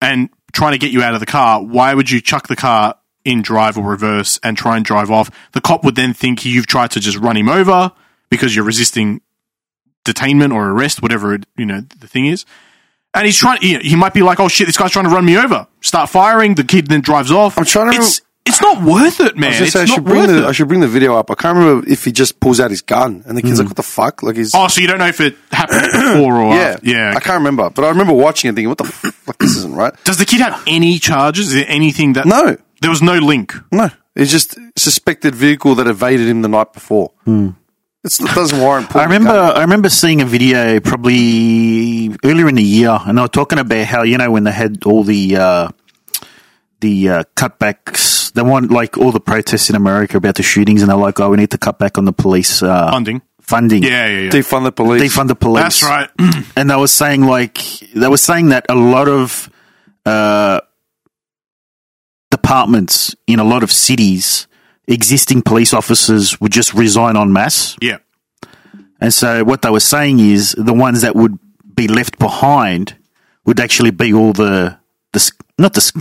C: and trying to get you out of the car, why would you chuck the car in drive or reverse and try and drive off? The cop would then think you've tried to just run him over because you're resisting detainment or arrest, whatever it, you know the thing is. And he's trying. He, he might be like, "Oh shit, this guy's trying to run me over." Start firing. The kid then drives off.
A: I'm trying to
C: It's, it's not worth it, man.
A: I, was gonna
C: it's
A: say, I
C: not
A: should bring
C: worth
A: the
C: it.
A: I should bring the video up. I can't remember if he just pulls out his gun and the kid's like, "What the fuck?" Like he's
C: Oh, so you don't know if it happened before or
A: yeah,
C: after. yeah.
A: I
C: okay.
A: can't remember, but I remember watching it thinking, "What the fuck? Like, this isn't right."
C: Does the kid have any charges? Is there anything that
A: No.
C: There was no link.
A: No, it's just suspected vehicle that evaded him the night before. It's, it doesn't warrant.
G: Hmm. I
A: pulling the
G: remember
A: gun.
G: I remember seeing a video probably earlier in the year, and they were talking about how you know when they had all the uh, the uh, cutbacks, they want like all the protests in America about the shootings, and they're like, "Oh, we need to cut back on the police uh,
C: Funding.
G: funding,
C: Yeah, yeah, yeah.
A: defund the police.
G: defund the police."
C: That's right.
G: and they were saying like they were saying that a lot of uh, departments in a lot of cities, existing police officers would just resign en masse.
C: yeah.
G: And so what they were saying is the ones that would be left behind would actually be all the the sc- not the sc-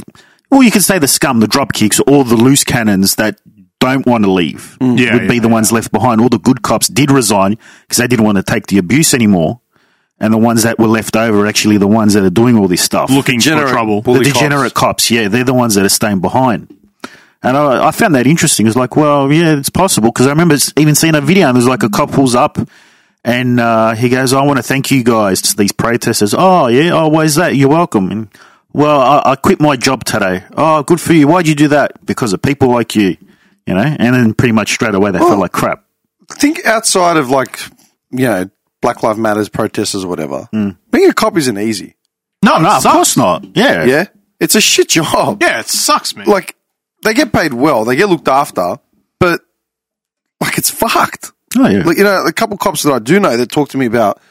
G: well you could say the scum, the drop kicks, all the loose cannons that don't want to leave
C: Mm. Yeah,
G: would
C: yeah,
G: be the ones left behind. All the good cops did resign because they didn't want to take the abuse anymore. And the ones that were left over are actually the ones that are doing all this stuff.
C: Looking
A: Degenerate
C: for trouble.
A: bull-
G: the
A: bully cops.
G: degenerate cops. yeah, they're the ones that are staying behind. And I, I found that interesting. It was like, well, yeah, it's possible because I remember s- even seeing a video and there's like a cop pulls up and uh, he goes, "I want to thank you guys to these protesters." Oh yeah, oh why is that? You're welcome. And well, I, I quit my job today. Oh, good for you. Why'd you do that? Because of people like you, you know. And then pretty much straight away they felt like crap.
A: I think outside of like you know Black Lives Matters protesters or whatever,
G: Hmm.
A: being a cop isn't easy.
C: No,
G: No,
C: it
G: of
C: sucks.
G: course not. Yeah,
A: Yeah, it's a shit job.
C: Yeah, it sucks, man.
A: Like they get paid well, they get looked after, but like it's fucked.
G: Oh, yeah.
A: Like, you know, a couple cops that I do know that talk to me about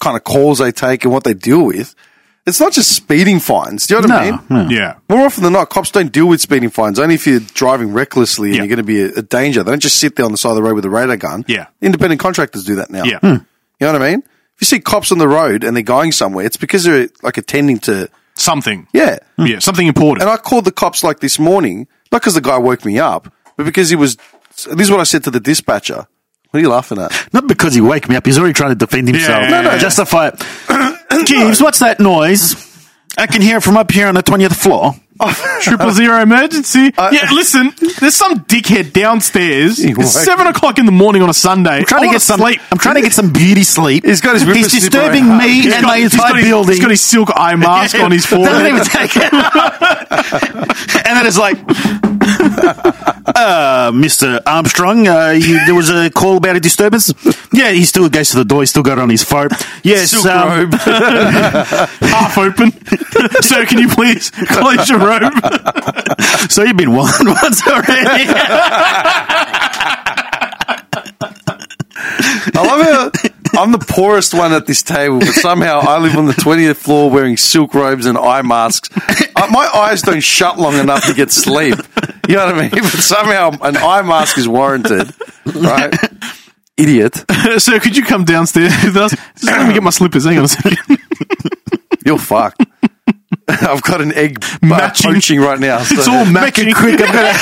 A: kind of calls they take and what they deal with. It's not just speeding fines. Do you know what I
G: No,
A: mean?
G: no.
C: yeah.
A: More often than not, cops don't deal with speeding fines. Only if you're driving recklessly and
C: Yeah.
A: you're going to be a, a danger. They don't just sit there on the side of the road with a radar gun.
C: Yeah.
A: Independent contractors do that now. Hmm.
C: Yeah.
A: You know what I mean? If you see cops on the road and they're going somewhere, it's because they're like attending to,
C: Something.
A: yeah.
G: Hmm.
C: Yeah. Something important.
A: And I called the cops like this morning, not because the guy woke me up, but because he was, this is what I said to the dispatcher. What are you laughing at?
G: Not because he woke me up. He's already trying to defend himself.
C: Yeah, yeah, No, no. yeah.
G: Justify it. Jeeves, what's that noise? I can hear it from up here on the 20th floor.
C: Triple zero emergency. yeah, listen, there's some dickhead downstairs.
A: He
C: It's
A: woke-
C: seven o'clock in the morning on a Sunday.
G: I'm trying to get some
C: sleep.
G: I'm trying to get some beauty sleep.
A: He's got his
G: He's
A: whippersnapper
G: disturbing
A: out.
G: me
C: He's
G: and
C: got-
G: my
C: he's got
G: entire
C: his-
G: building.
C: He's got his silk eye mask on his
G: Doesn't even take
C: forehead.
G: it. and then it's like, uh, Mr. Armstrong, uh, you, there was a call about a disturbance. Yeah, he still goes to the door. He's still got it on his phone. Yes,
A: Silk
G: um,
A: robe.
C: half open. Sir, can you please close your robe?
G: So you've been warned once already.
A: I love how I'm the poorest one at this table, but somehow I live on the 20th floor wearing silk robes and eye masks. Uh, my eyes don't shut long enough to get sleep. You know what I mean? But somehow an eye mask is warranted, right? Idiot.
C: Sir, could you come downstairs with us? Just let me get my slippers. Hang on a second.
A: You're fucked. I've got an egg uh,
C: Matching.
A: poaching right now. So.
C: It's all matching. quick. I'm gonna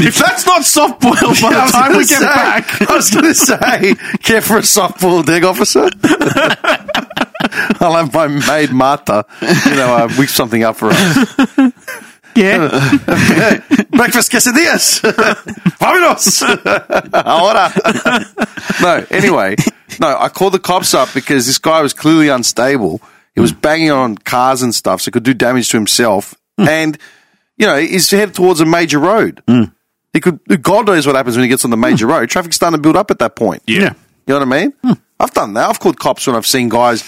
C: if that's not soft boiled by
A: I
C: the
A: was
C: time
A: gonna
C: we get
A: say-
C: back,
A: I was going to say, care for a soft boiled egg, officer? I'll have my maid Martha, you know, uh, whip something up for us.
C: yeah.
A: Breakfast quesadillas. Vámonos. Ahora. no, anyway. No, I called the cops up because this guy was clearly unstable. He
C: Hmm.
A: was banging on cars and stuff, so he could do damage to himself.
C: Hmm.
A: And, you know, he's headed towards a major road. He could, God knows what happens when he gets on the major road. Traffic's starting to build up at that point.
C: Hmm. Yeah. Hmm.
A: You know what I mean? I've done that. I've called cops when I've seen guys.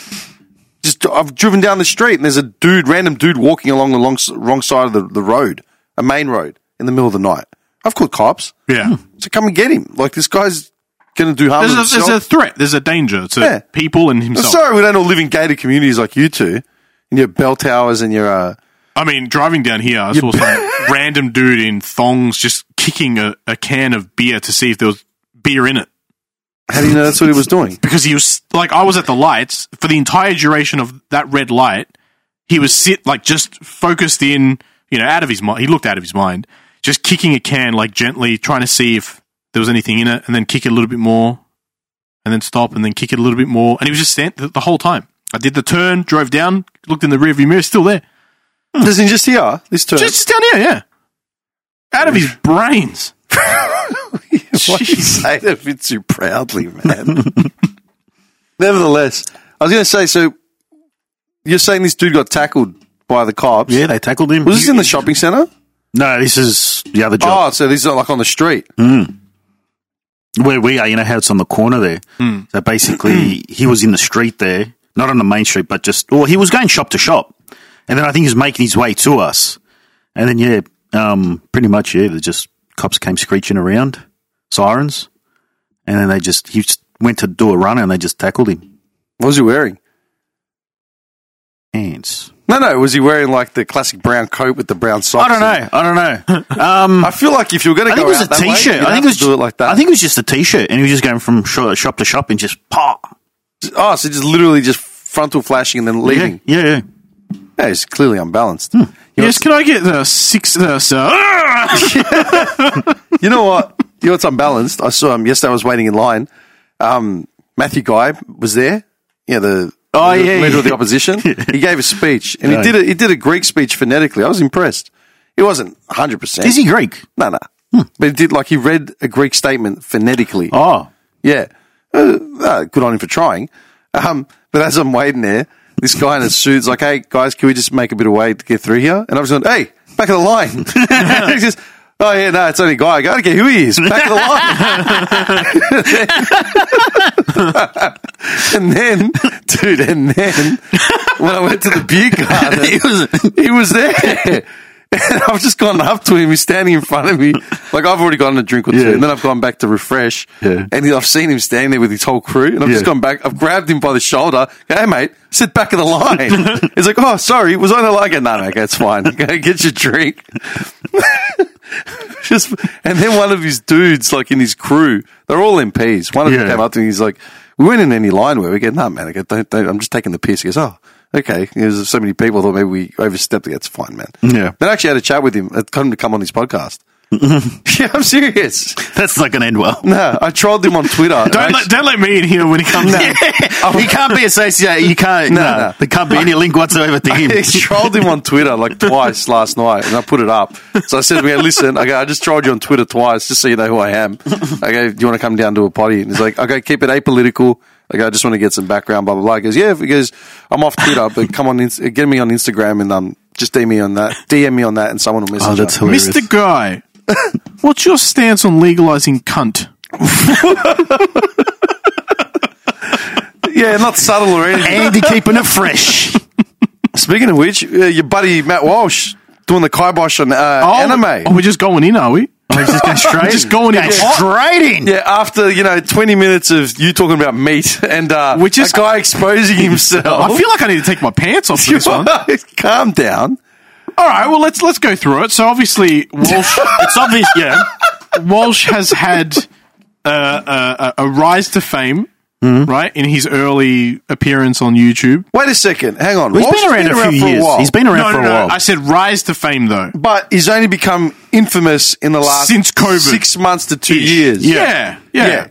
A: Just I've driven down the street and there's a dude, random dude, walking along the long, wrong side of the, the road, a main road, in the middle of the night. I've called cops
C: Yeah.
A: to come and get him. Like this guy's going to do harm to
C: There's a, there's
A: themselves.
C: a threat. There's a danger to
A: Yeah.
C: people and
A: I'm
C: himself.
A: sorry we don't all live in gated communities like you two. In your bell towers and your uh,
C: I mean, driving down here, I saw some random dude in thongs just kicking a, a can of beer to see if there was beer in it.
A: how do you know that's what he was doing?
C: Because he was like, I was at the lights for the entire duration of that red light. He was sit like just focused in, you know, out of his mind. He looked out of his mind, just kicking a can like gently, trying to see if there was anything in it, and then kick it a little bit more, and then stop, and then kick it a little bit more. And he was just stand the, the whole time. I did the turn, drove down, looked in the rearview mirror, still there.
A: Does he just here this turn?
C: Just down here, yeah. Out of his brains.
A: Why do you say that a bit too proudly, man? Nevertheless, I was going to say. So you're saying this dude got tackled by the cops?
G: Yeah, they tackled him.
A: Was this in the shopping center?
G: No, this is the other job
A: Oh, so this is not like on the street.
C: Oh.
G: where we are. You know how it's on the corner there.
C: Hmm.
G: So basically, he was in the street there, not on the main street, but just or he was going shop to shop, and then I think he was making his way to us, and then yeah, um, pretty much yeah, they just cops came screeching around, sirens, and then they just he just went to do a run and they just tackled him.
A: What was he wearing?
G: Ants.
A: No, no. Was he wearing like the classic brown coat with the brown socks?
G: I don't know. I don't know. Um,
A: I feel like if you're going to
G: I
A: go
G: think it was
A: out
G: a
A: that way,
G: t-shirt.
A: you'd have
G: I think it was
A: to do it like that.
G: I think it was just a t-shirt, and he was just going from shop, shop to shop and just pa.
A: oh, so just literally just frontal flashing and then
G: Yeah,
A: leaving.
G: yeah, yeah.
A: Yeah, he's clearly unbalanced. You, know,
C: Yes, can I get the six? The, sir?
G: ah!
A: you know what? You know what's unbalanced? I saw him yesterday. I was waiting in line. Um, Matthew Guy was there. Yeah, the
G: Oh,
A: the
G: yeah,
A: leader
G: yeah.
A: of the opposition. He gave a speech, and
G: Yeah.
A: he did a, he did a Greek speech phonetically. I was impressed. It wasn't hundred percent.
G: Is he Greek?
A: No, no. But he did like he read a Greek statement phonetically.
G: Oh,
A: Yeah. Uh, uh, good on him for trying. Um, but as I'm waiting there, this guy in a suit's like, hey, guys, can we just make a bit of way to get through here? And I'm just going, hey, back of the line. He's just, oh, yeah, no, it's only a guy. I got to get who he is. Back of the line. and then, dude, and then when I went to the beer garden, he was, he was there. And I've just gone up to him. He's standing in front of me. Like, I've already gotten a drink or two.
G: Yeah.
A: And then I've gone back to refresh.
G: Yeah.
A: And I've seen him standing there with his whole crew. And I've just
G: Yeah.
A: gone back. I've grabbed him by the shoulder. Go, Hey, mate, sit back in the line. He's like, oh, sorry. Was I not like it? No, no, okay, it's fine. Go get your drink. just And then one of his dudes, like in his crew, they're all MPs. One of them
G: Yeah.
A: came up to me. He's like, we weren't in any line where we get, no, man. I go, don't, don't, I'm just taking the piss. He goes, oh, okay. There's so many people. I thought maybe we overstepped. That's fine, man.
G: Yeah.
A: Then I actually had a chat with him. I got him to come on his podcast. yeah, I'm serious.
G: that's not going to end well.
A: No, I trolled him on Twitter.
C: don't, let, don't let me in here when he comes in.
G: you can't be associated. You can't.
A: No,
G: No,
A: no.
G: there can't be any link whatsoever to him.
A: I trolled him on Twitter like twice last night, and I put it up. So I said to him, "Listen, I go, I just trolled you on Twitter twice, just so you know who I am. I go, do you want to come down to a potty?" And he's like, "Okay, keep it apolitical." I go, I just want to get some background, blah blah blah. He goes, "Yeah," he goes, "I'm off Twitter, but come on, Inst- get me on Instagram and um, just DM me on that, DM me on that, and someone will message."
G: Oh, that's
A: you."
G: hilarious.
C: Mr. Guy, what's your stance on legalizing cunt?
A: yeah, not subtle or anything.
G: Andy keeping it fresh.
A: Speaking of which, uh, your buddy Matt Walsh doing the kibosh on uh, anime.
C: Oh, we're just going in, are we?
G: We're just going straight.
C: We're just going in Oh, hot.
G: straight in.
A: Yeah, after you know twenty minutes of you talking about meat and uh,
C: Which is-
A: a guy exposing himself.
C: I feel like I need to take my pants off for this one.
A: Calm down.
C: All right, well let's let's go through it. So obviously Walsh,
G: It's obvious. Yeah.
C: Walsh has had uh, a, a rise to fame, right? In his early appearance on YouTube.
A: Wait a second. Hang on.
G: Well,
A: Walsh
G: he's
A: has
G: been around a few
A: for
G: years.
A: while,
G: he's been around
C: no,
G: for
C: no,
G: a while.
C: no. I said rise to fame though.
A: but he's only become infamous in the last
C: Since COVID.
A: six months to two years.
C: Yeah, yeah.
A: yeah.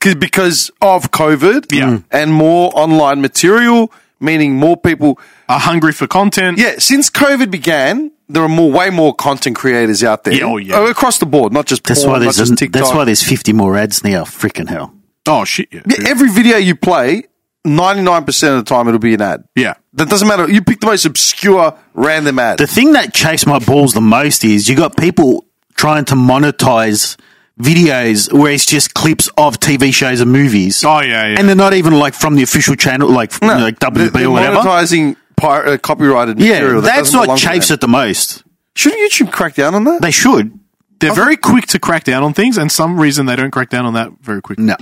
A: 'Cause- Because of COVID, Mm.
C: Yeah.
A: and more online material, meaning more people.
G: Uh,
C: Are hungry for content.
A: Yeah, since COVID began, there are more, way more content creators out there.
C: Yeah, oh, yeah.
A: across the board, not just
G: that's
A: porn,
G: why
A: not
G: there's
A: just TikTok.
G: that's why there's 50 more ads now. Freaking hell.
C: Oh shit. Yeah.
A: Yeah, every video you play, 99% of the time it'll be an ad.
C: Yeah.
A: That doesn't matter. You pick the most obscure random ad.
G: The thing that chased my balls the most is you got people trying to monetize videos where it's just clips of TV shows and movies.
C: Oh, yeah, yeah.
G: And they're not even like from the official channel, like
A: No,
G: like
A: they're-
G: WB
A: they're
G: or whatever.
A: Monetizing pir- uh, copyrighted material.
G: Yeah,
A: that
G: that's
A: doesn't
G: what
A: belong to
G: chafes
A: them.
G: it the most.
A: Shouldn't YouTube crack down on that?
G: They should.
C: They're very quick to crack down on things, and some reason they don't crack down on that very quickly.
G: No.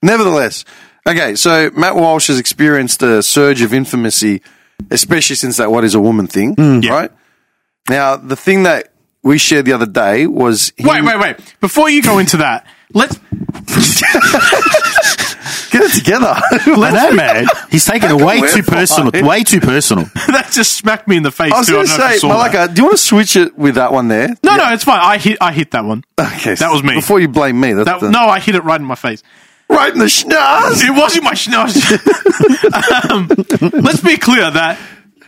A: Nevertheless, okay, so Matt Walsh has experienced a surge of infamy, especially since that what is a woman thing,
G: Hmm.
C: Yeah.
A: right? Now, the thing that we shared the other day was him-
C: Wait, wait, wait. Before you go into that, let's
A: get it together.
G: I know, man. He's taking it way
A: we're
G: too personal.
A: fine.
G: Way too personal.
C: that just smacked me in the face.
A: I was
C: too.
A: going to
C: don't know if you
A: say,
C: saw that.
A: Malaka, do you want to switch it with that one there?
C: No, no, it's fine. I hit, I hit that one.
A: Okay,
C: That was me.
A: Before you blame me, that's
C: That,
A: the-
C: no, I hit it right in my face.
A: right in the schnoz.
C: It wasn't my schnoz. um, let's be clear that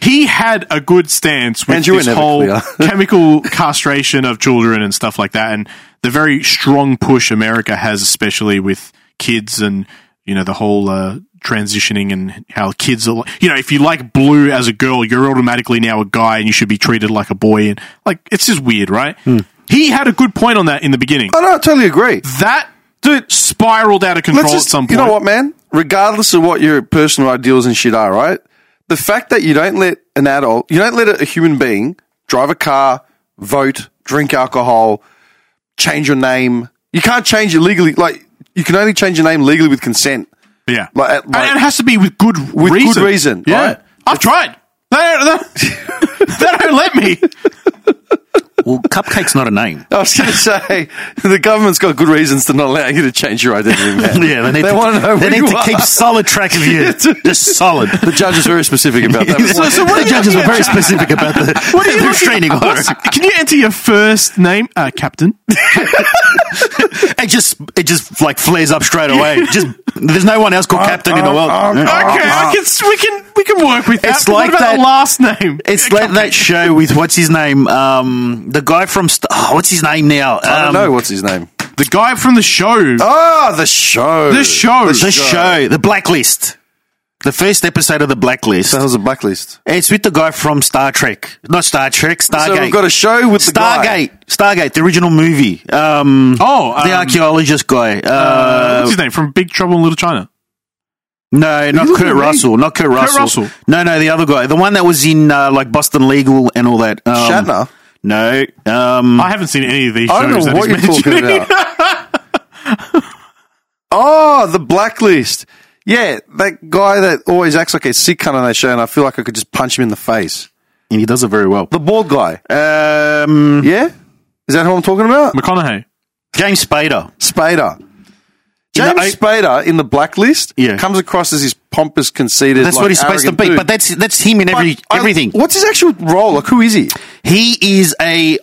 C: he had a good stance with
A: And you were
C: this
A: never
C: whole
A: clear.
C: chemical castration of children and stuff like that, and the very strong push America has, especially with kids and you know the whole uh, transitioning and how kids are. Like, you know, if you like blue as a girl, you're automatically now a guy, and you should be treated like a boy. And like, it's just weird, right?
A: Hmm.
C: He had a good point on that in the beginning.
A: Oh no, I totally agree.
C: That dude spiraled out of control
A: Let's just,
C: at some point.
A: You know what, man? Regardless of what your personal ideals and shit are, right? The fact that you don't let an adult, you don't let a- a human being drive a car, vote, drink alcohol, change your name. You can't change it legally. Like you can only change your name legally with consent.
C: Yeah.
A: Like, uh, like-
C: and it has to be with good
A: good
C: reason.
A: reason,
C: Yeah.
A: right?
C: I've tried. They don't, they- they don't let me.
G: Well, Cupcake's not a name.
A: I was going to say the government's got good reasons to not allow you to change your identity. Man.
G: Yeah, they need to,
A: want to know
G: they
A: who
G: need
A: you
G: to
A: are.
G: keep solid track of you. Just solid.
A: The judge is very specific about that.
G: so, so
C: what are
G: the
C: you
G: judges
C: looking
G: were
C: at,
G: very specific about the,
C: What are you
G: restraining
C: looking-
G: order.
C: what's- Can you enter your first name, uh, Captain?
A: Oh,
G: It just, it just like flares up straight away. Just there's no one else called Captain in the world.
C: okay, I can, we can we can work with that.
G: It's
C: but
G: like
C: what about
G: that-
C: the last name.
G: It's like that show with what's his name, um, the guy from St- oh, what's his name now? Um,
A: I don't know what's his name.
C: the guy from the show. uh,
A: Ah, the show.
C: the show.
G: The show, the Blacklist, the first episode of the Blacklist.
A: That was a blacklist.
G: It's with the guy from Star Trek, not Star Trek, Stargate.
A: So we've got a show with the guy.
G: Stargate, Stargate, the original movie. Um,
C: Oh, um,
G: the archaeologist guy. Uh,
C: uh,
A: Oh.
C: what's his name from Big Trouble in Little China?
G: no, not
A: look at
G: Kurt
A: me.
G: Russell. Not Kurt Russell.
C: Russell.
G: No, no, the other guy, the one that was in uh, like Boston Legal and all that. Um,
A: Shatner.
G: No, um,
C: I haven't seen any of these
A: Mm. I don't
C: shows.
A: know
C: that
A: what you're
C: he's
A: talking
C: mentioning.
A: about. oh, the blacklist. Yeah, that guy that always acts like a sick cunt on that show, and I feel like I could just punch him in the face.
G: and he does it very well.
A: The bald guy.
G: Um,
A: Yeah, is that who I'm talking about?
C: McConaughey.
G: James Spader.
A: Spader.
G: In
A: James
G: the eight-
A: Spader in the blacklist
G: Yeah.
A: comes across as this pompous, conceited.
G: That's
A: like,
G: what he's supposed to
A: arrogant
G: be.
A: dude.
G: But that's that's him in every
A: I-
G: everything.
A: what's his actual role? Like, who is he?
G: He is a.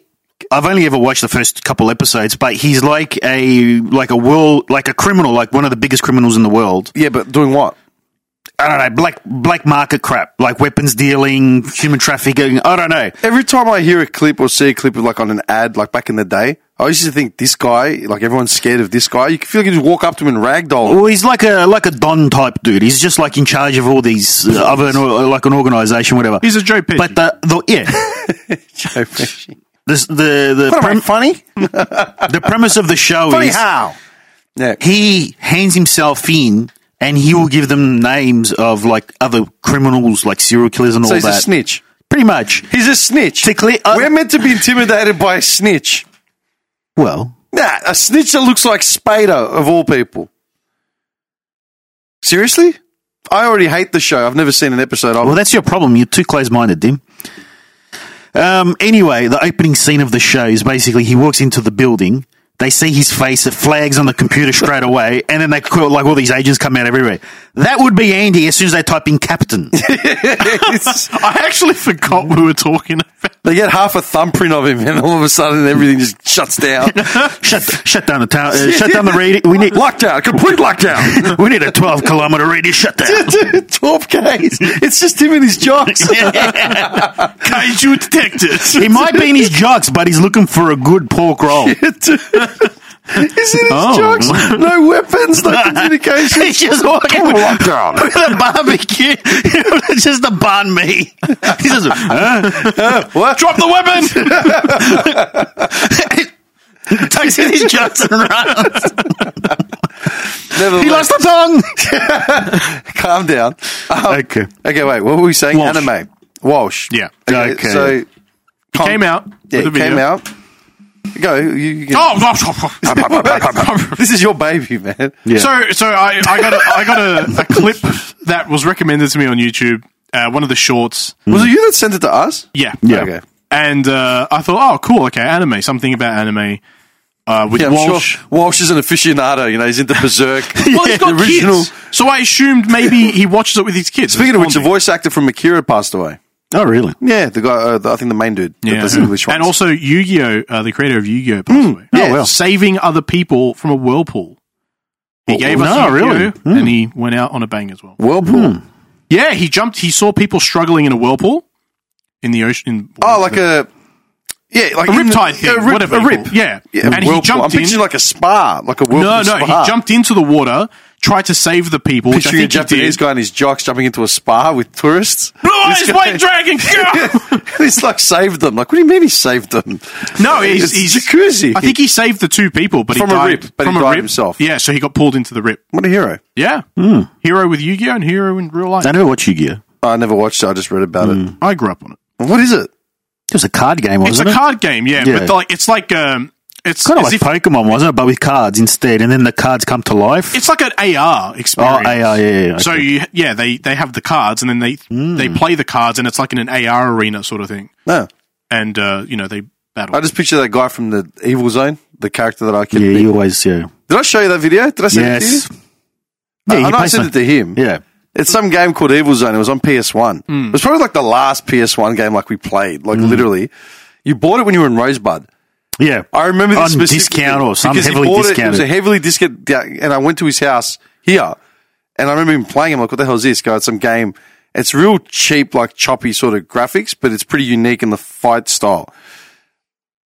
G: I've only ever watched the first couple episodes, but he's like a like a world like a criminal, like one of the biggest criminals in the world.
A: Yeah, but doing what?
G: I don't know black black market crap, like weapons dealing, human trafficking. I don't know.
A: Every time I hear a clip or see a clip of like on an ad, like back in the day, I used to think this guy, like everyone's scared of this guy. You feel like you just walk up to him and ragdoll. him.
G: Well, he's like a like a don type dude. He's just like in charge of all these uh, of an or- like an organization, whatever.
C: He's a Joe Pesci.
G: But the, the yeah,
A: Joe Pesci.
G: this, the the
A: What am I
G: prem-
A: funny?
G: the premise of the show
A: Funny
G: is
A: how? Yeah.
G: he hands himself in and he will give them names of like other criminals, like serial killers and
A: So
G: all
A: he's a
G: that.
A: snitch.
G: Pretty much.
A: He's a snitch.
G: To cle- uh,
A: We're meant to be intimidated by a snitch.
G: Well,
A: Nah, a snitch that looks like Spader of all people. Seriously? I already hate the show. I've never seen an episode of
G: well,
A: it.
G: that's your problem. You're too close-minded, Dim. Um, anyway, the opening scene of the show is basically he walks into the building. They see his face, it flags on the computer straight away, and then they call, like all these agents come out everywhere. That would be Andy as soon as they type in captain.
A: It's-
C: I actually forgot we were talking about.
A: they get half a thumbprint of him, and all of a sudden everything just shuts down.
G: shut, shut down the town. Uh, shut down the radio. We need
A: lockdown, complete lockdown.
G: we need a twelve kilometer radius shutdown.
A: 12 Ks. It's just him and his jocks.
C: Kaiju detectives.
G: He might be in his jocks, but he's looking for a good pork roll.
A: He's in his
G: Oh.
A: jocks. No weapons, no communication.
G: He's just walking with, with
A: Lockdown.
G: a barbecue. It's just a bun me. He says, huh?
A: What?
C: Drop the weapon.
G: Tucks in his jocks and runs. He
A: Nevertheless,
G: lost the tongue.
A: calm down. Um,
G: Okay.
A: okay, wait. What were we saying?
G: Walsh.
A: Anime. Walsh.
C: Yeah.
A: Okay.
G: Okay.
A: So
C: He came out.
A: yeah,
C: with a
A: it
C: video.
A: came out. Go. You, you can-
C: Oh,
A: this is your baby, man.
G: Yeah.
C: So, so I, I got a, I got a, a clip that was recommended to me on YouTube. Uh, one of the shorts.
A: Was it you that sent it to us?
C: Hmm. Yeah.
G: Yeah.
A: Okay.
C: And uh, I thought, oh, cool. Okay, anime. Something about anime. Uh, with
A: Yeah, I'm
C: Walsh.
A: sure Walsh is an aficionado. You know, he's into Berserk.
C: Well, he's got
A: The original.
C: kids, so I assumed maybe he watches it with his kids.
A: Speaking of which, the
C: It's
A: voice actor from Akira passed away.
G: Oh, really?
A: Yeah, the guy. Uh, the, I think the main dude. that
C: Yeah.
A: does English
C: and
A: ones. Hmm.
C: also Yu-Gi-Oh, uh, the creator of Yu-Gi-Oh, passed away.
A: yeah. Oh, wow.
C: saving other people from a whirlpool. He
A: Well,
C: gave us
G: no,
C: Yu-Gi-Oh,
G: really? Hmm?
A: Hmm.
C: and he went out on a bang as well.
A: Whirlpool.
C: Yeah, he jumped. He saw people struggling in a whirlpool in the ocean. In,
A: Oh, like a yeah, like
C: a
A: in the-
C: riptide
A: a
C: thing,
A: rip-
C: whatever.
A: A
C: you
A: rip.
C: call it. Yeah,
A: Yeah,
C: and he
A: whirlpool.
C: jumped
A: I'm
C: in.
A: picturing like a spa, like a whirlpool.
C: no, no,
A: spa.
C: he jumped into the water, tried to save the people, which I
A: Picturing a
C: think he
A: Japanese
C: did.
A: guy and his jocks jumping into a spa with tourists.
C: Blue eyes,
A: This guy-
C: white dragon. go!
A: he's like saved them. Like, what do you mean he saved them?
C: No, he's,
A: It's
C: he's
A: jacuzzi.
C: I think he saved the two people, but
A: From
C: he
A: a
C: died
A: rip, but he died himself. Hmm.
C: Yeah, so he got pulled into the rip.
A: what a hero!
C: Yeah, hero with Yu-Gi-Oh and hero in real life.
G: I never watched Yu-Gi-Oh. It
A: I never watched it. I just read about
C: I grew up on it.
A: it. What is it?
G: was a card game,
C: It's
G: wasn't
C: a
G: it?
C: card game, yeah,
G: Yeah.
C: but like it's like um, it's
G: Kind of like
C: as if-
G: Pokemon, wasn't it? But with cards instead, and then the cards come to life.
C: it's like an AR experience.
G: Oh, AR, yeah, yeah, yeah,
C: So
G: okay.
C: you, yeah, they they have the cards and then they
A: Hmm.
C: they play the cards and it's like in an AR arena sort of thing.
A: No,
C: And uh, you know they battle.
A: I just picture that guy from the Evil Zone, the character that I could.
G: yeah,
A: be.
G: you always yeah.
A: Did I show you that video? Did I send it to you?
G: Yes.
A: I-
G: he
A: I, know I
G: plays
A: sent
G: some-
A: it to him.
G: Yeah.
A: It's some game called Evil Zone. It was on PS1. It was probably like the last PS1 game like we played, like literally. You bought it when you were in Rosebud.
G: Yeah.
A: I remember this
G: on
A: specifically
G: discount or some
A: because he
G: heavily
A: bought
G: discounted.
A: It, it was a heavily discounted, and I went to his house here, and I remember him playing. I'm like, "What the hell is this? Go, it's some game. It's real cheap, like choppy sort of graphics, but it's pretty unique in the fight style."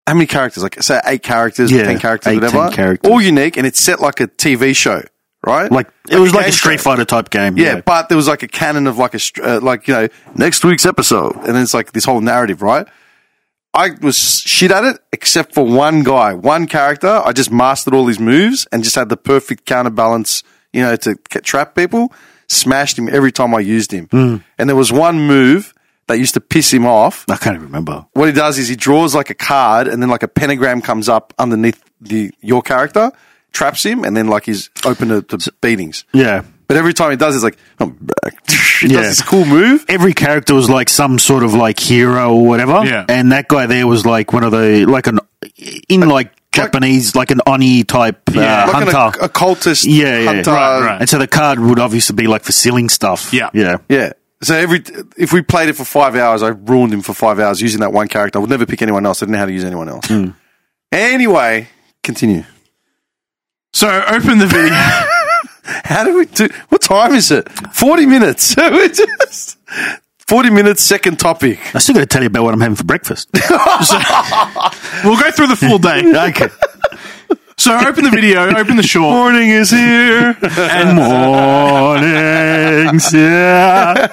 A: How many characters? Like, say eight characters,
G: Yeah,
A: ten characters,
G: eight,
A: whatever.
G: 10 characters.
A: All unique, and it's set like a TV show, right?
G: like it was like
A: game
G: a Street
A: show.
G: Fighter type game.
A: Yeah, but there was like a canon of like a str- uh, like you know next week's episode, and it's like this whole narrative, right? I was shit at it, except for one guy, one character. I just mastered all his moves and just had the perfect counterbalance, you know, to ca- trap people. Smashed him every time I used him, and there was one move that used to piss him off.
G: I can't even remember.
A: What he does is he draws like a card, and then like a pentagram comes up underneath the your character, traps him, and then like he's open to, to beatings.
G: Yeah.
A: But every time he does, it's like, I'm back. He
G: Yeah.
A: does this cool move.
G: Every character was like some sort of like hero or whatever.
C: Yeah.
G: And that guy there was like one of the like an in like, Japanese like an Oni type
C: Yeah.
G: uh,
A: Like an
G: hunter.
A: occ- occultist.
G: yeah, yeah.
A: hunter.
C: Right, right.
G: And so the card would obviously be like for selling stuff.
C: Yeah.
G: Yeah.
A: Yeah. So every if we played it for five hours, I ruined him for five hours using that one character. I would never pick anyone else. I didn't know how to use anyone else.
C: Hmm.
A: Anyway, continue.
C: so open the video.
A: How do we do? What time is it? Forty minutes. So we just forty minutes. Second topic.
G: I still got to tell you about what I'm having for breakfast.
C: we'll go through the full day.
G: okay.
C: So open the video. Open the short.
A: Morning is here.
G: Mornings. Yeah.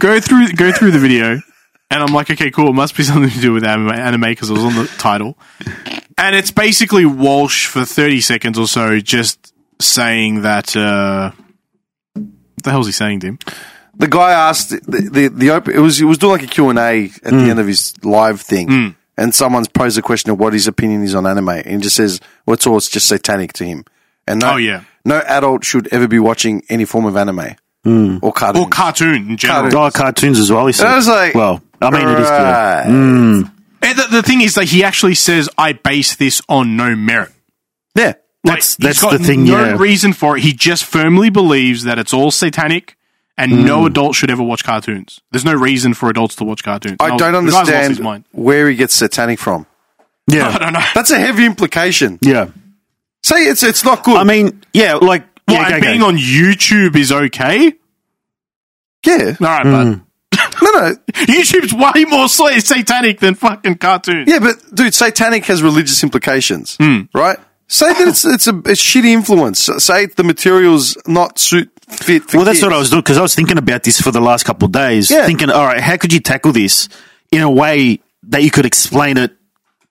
C: go through go through the video, and I'm like, okay, cool. It must be something to do with anime anime because it was on the title, and it's basically Walsh for 30 seconds or so, just saying that. Uh, what the hell's he saying, Dim?
A: the guy asked the the, the open, it was it was doing like a Q and A at the end of his live thing, and someone's posed a question of what his opinion is on anime, and he just says, "Well, it's all it's just satanic to him." And no,
C: Oh, yeah.
A: no adult should ever be watching any form of anime or cartoon.
C: Or cartoon in general.
A: Cartoon.
G: Oh, cartoons as well. He said.
A: I was like,
G: well, I mean, it is. Yeah.
A: right.
C: And the, the thing is that he actually says, "I base this on no merit."
A: yeah,
C: Like,
G: That's
C: he's
G: that's
C: got
G: the thing.
C: No
G: yeah.
C: reason for it. He just firmly believes that it's all satanic. And
G: Mm.
C: no adult should ever watch cartoons. There's no reason for adults to watch cartoons.
A: I
C: No,
A: don't
C: Oh, the guy's lost his
A: understand
C: mind.
A: where he gets satanic from.
C: I
G: yeah.
C: don't know.
A: That's a heavy implication.
G: Yeah.
A: Say it's it's not good.
G: I mean, yeah, like
C: Well,
G: yeah,
C: and
G: okay,
C: being
G: okay.
C: on YouTube is okay. All
A: yeah,
C: right,
A: no, no,
C: but YouTube's way more sla- satanic than fucking cartoons.
A: Yeah, but dude, satanic has religious implications,
G: Hmm.
A: right? Say that it's it's a, it's shitty influence. Say the materials not suit fit. For
G: Well, that's
A: kids.
G: what I was doing because I was thinking about this for the last couple of days.
A: Yeah.
G: Thinking, all right, how could you tackle this in a way that you could explain it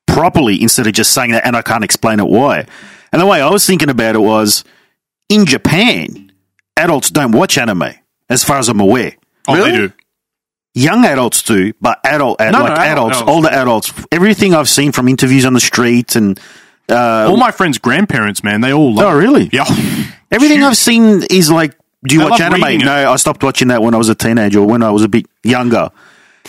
G: properly instead of just saying that and I can't explain it why? And the way I was thinking about it was in Japan, adults don't watch anime, as far as I'm aware.
C: Oh,
A: Really?
C: they do.
G: young adults do, but adult, ad-
C: No, no,
G: like
C: adult-
G: adults,
C: adults.
G: older adults. Everything I've seen from interviews on the street and
A: Uh,
C: all my friends' grandparents, man, they all love.
G: Oh, really?
C: Yeah.
G: everything
C: Shoot.
G: I've seen is like, do you
C: I
G: watch
C: love
G: anime?
C: reading it.
G: No, I stopped watching that when I was a teenager or when I was a bit younger.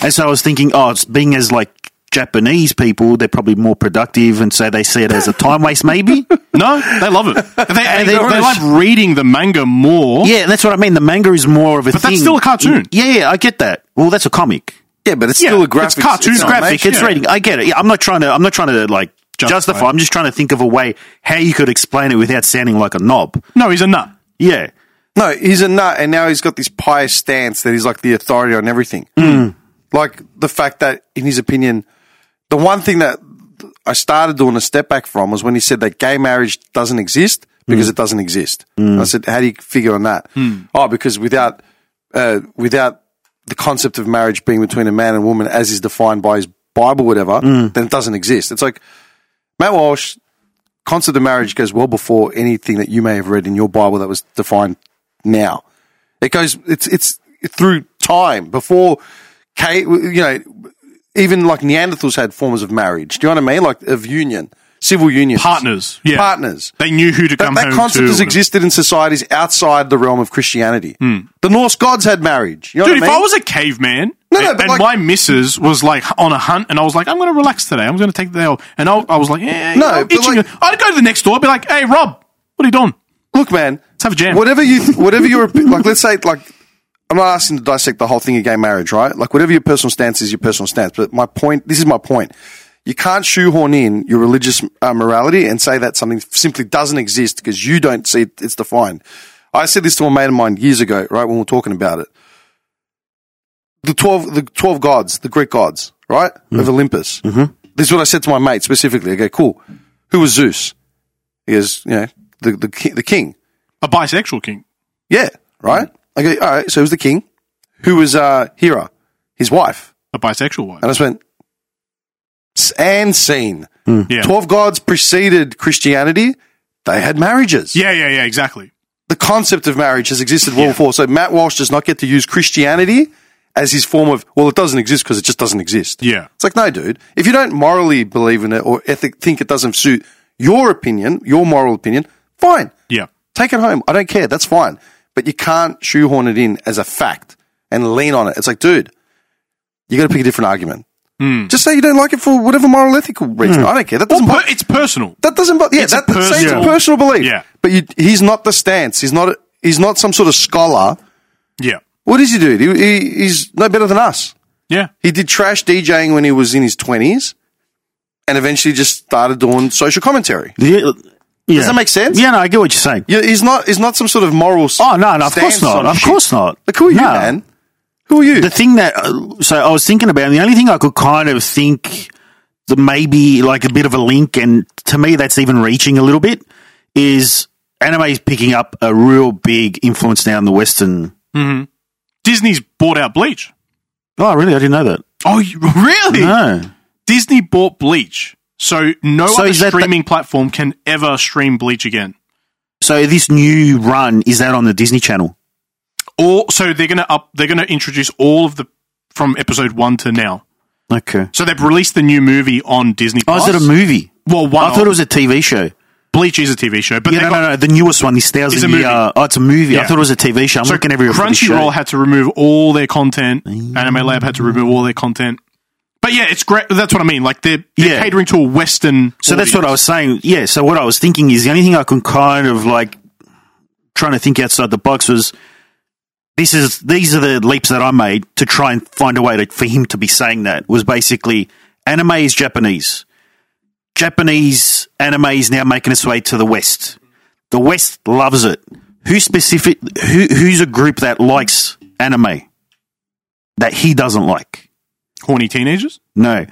G: And so I was thinking, oh, it's being as like Japanese people, they're probably more productive, and so they see it as a time waste, maybe.
C: No, they love it. They, and they,
G: they-
C: they like reading the manga more.
G: Yeah, that's what I mean. The manga is more of a
C: But
G: thing.
C: that's still a cartoon.
G: Yeah, yeah, I get that. Well, that's a comic.
A: Yeah, but it's
C: Yeah,
A: still a
C: it's
A: graphic.
C: cartoon
A: not
C: graphic,
A: animation.
G: It's
C: Yeah.
G: reading. I get it. Yeah, I'm not trying to. I'm not trying to like justify.
C: Justify.
G: I'm just trying to think of a way how you could explain it without sounding like a knob.
C: No, he's a nut.
G: Yeah.
A: No, he's a nut, and now he's got this pious stance that he's like the authority on everything.
G: Hmm.
A: Like the fact that, in his opinion, the one thing that I started doing a step back from was when he said that gay marriage doesn't exist because
G: Hmm.
A: it doesn't exist. I said, "How do you figure on that?" Oh, because without uh, without the concept of marriage being between a man and woman as is defined by his Bible, whatever,
C: Mm.
A: then it doesn't exist. It's like Matt Walsh. Concept of marriage goes well before anything that you may have read in your Bible that was defined now. It goes. It's it's through time before, Kate. You know, even like Neanderthals had forms of marriage. Do you know what I mean? Like of union, civil union,
C: Partners. Yeah.
A: partners.
C: They knew who to
A: That,
C: come
A: that
C: home
A: concept
C: to.
A: has existed in societies outside the realm of Christianity. The Norse gods had marriage. You know
C: Mm. Dude,
A: what
C: if
A: I mean?
C: I was a caveman
A: No, no,
C: and,
A: but
C: and
A: like-
C: my missus was like on a hunt and I was like, I'm going to relax today. I'm going to take the day off. And I, I was like, yeah,
A: No,
C: no,
A: but like-
C: I'd go to the next door and be like, hey, Rob, what are you doing?
A: look, man, let's
C: have a jam.
A: Whatever you, whatever your, like, let's say, like, I'm not asking to dissect the whole thing of gay marriage, right? Like, whatever your personal stance is, your personal stance. But my point, this is my point. You can't shoehorn in your religious uh, morality and say that something simply doesn't exist because you don't see it, it's defined. I said this to a mate of mine years ago, right, when we were talking about it. The 12, the 12 gods, the Greek gods, right, of Olympus. Mm-hmm. This is what I said to my mate specifically. I go, cool. Who was Zeus? He goes, you know, the, the, ki- the king.
C: A bisexual king.
A: Yeah, right. Okay, all right. So it was the king, who was uh, Hera, his wife,
C: A bisexual wife.
A: and I just went "S- and scene.
C: Yeah.
A: Twelve gods preceded Christianity. They had marriages.
C: Yeah, yeah, yeah, exactly.
A: The concept of marriage has existed well before. So Matt Walsh does not get to use Christianity as his form of well, it doesn't exist because it just doesn't exist.
C: Yeah.
A: It's like no, dude. If you don't morally believe in it or ethic, think it doesn't suit your opinion, your moral opinion, fine.
C: Yeah.
A: Take it home. I don't care. That's fine. But you can't shoehorn it in as a fact and lean on it. It's like, dude, you got to pick a different argument. Just say you don't like it for whatever moral ethical
G: Hmm.
A: reason. I don't care. That doesn't.
C: Hmm. Well,
A: bother
C: per- it's personal.
A: that doesn't. bother yeah,
C: it's a
A: that, that say it's a
C: personal-
A: personal belief.
C: Yeah.
A: But you, he's not the stance. He's not. He's not some sort of scholar.
C: Yeah.
A: What is he dude? He, he, he's no better than us.
C: Yeah.
A: He did trash DJing when he was in his twenties, and eventually just started doing social commentary.
C: uh,
G: Yeah. yeah.
A: that make sense?
G: Yeah, no, I get what you're saying.
A: Yeah, he's not. He's not some sort of moral. s-
G: Oh no, no, of
A: stance
G: course
A: on
G: not. Of
A: shit.
G: course not.
A: Like, who are you,
G: No.
A: man? Who are you?
G: The thing that uh, so I was thinking about, and the only thing I could kind of think that maybe like a bit of a link, and to me that's even reaching a little bit is anime is picking up a real big influence now in the Western.
C: Disney's bought out Bleach.
G: Oh, really? I didn't know that.
C: Oh, you- really?
G: No.
C: Disney bought Bleach. So no
G: So
C: other
G: is that the-
C: streaming platform can ever stream Bleach again.
G: So this new run is that on the Disney Channel?
C: All so they're gonna up they're gonna introduce all of the from episode one to now.
G: Okay.
C: So they've released the new movie on Disney
G: Oh,
C: Plus.
G: is it a movie?
C: Well, one
G: I thought
C: of-
G: it was a TV show.
C: Bleach is a TV show, but
G: yeah,
C: they
G: no,
C: Oh, got,
G: no, no. The newest one, this
C: It's a
G: thousand
C: movie.
G: year. Oh, it's a movie.
C: Yeah.
G: I thought it was a TV show. I'm
C: so
G: looking everywhere. for this show. Mm.
C: Crunchyroll had to remove all their content. Anime Lab had to remove all their content. But yeah, it's great. That's what I mean. Like they're, they're
G: Yeah.
C: catering to a Western.
G: So that's what I was saying. Yeah. So what I was thinking is the only thing I can kind of like trying to think outside the box was this is these are the leaps that I made to try and find a way to, for him to be saying that was basically anime is Japanese. Japanese anime is now making its way to the West. The West loves it. Who specific? Who, who's a group that likes anime that he doesn't like?
C: Horny teenagers.
G: No.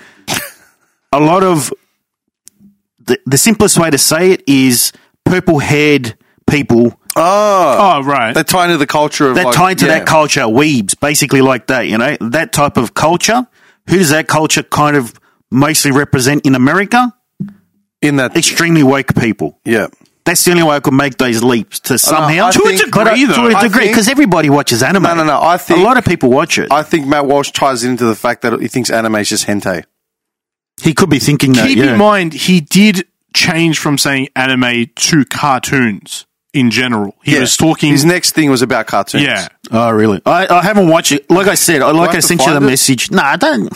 G: A lot of the, the simplest way to say it is purple haired people
A: oh,
C: Oh right.
A: they're tied to the culture of
G: that
A: like,
G: tie into
A: yeah.
G: that culture, weebs, basically like that, you know, that type of culture. Who does that culture kind of mostly represent in America?
A: in that.
G: Extremely woke people.
A: Yeah,
G: That's the only way I could make those leaps to somehow
A: I To a think-
G: But, uh,
C: degree, though.
G: To
A: I
G: a degree,
A: think-
G: because everybody watches anime.
A: No, no, no, I think-
G: a lot of people watch it.
A: I think Matt Walsh ties it into the fact that he thinks anime is just hentai.
G: he could be thinking that.
C: Keep
G: yeah.
C: in mind, he did change from saying anime to cartoons in general. He was talking.
A: His next thing was about cartoons.
C: yeah,
G: Oh, really? I, I haven't watched it. Like I said, I- like
A: have
G: I
A: to
G: sent you the
A: find it?
G: message. No, I don't.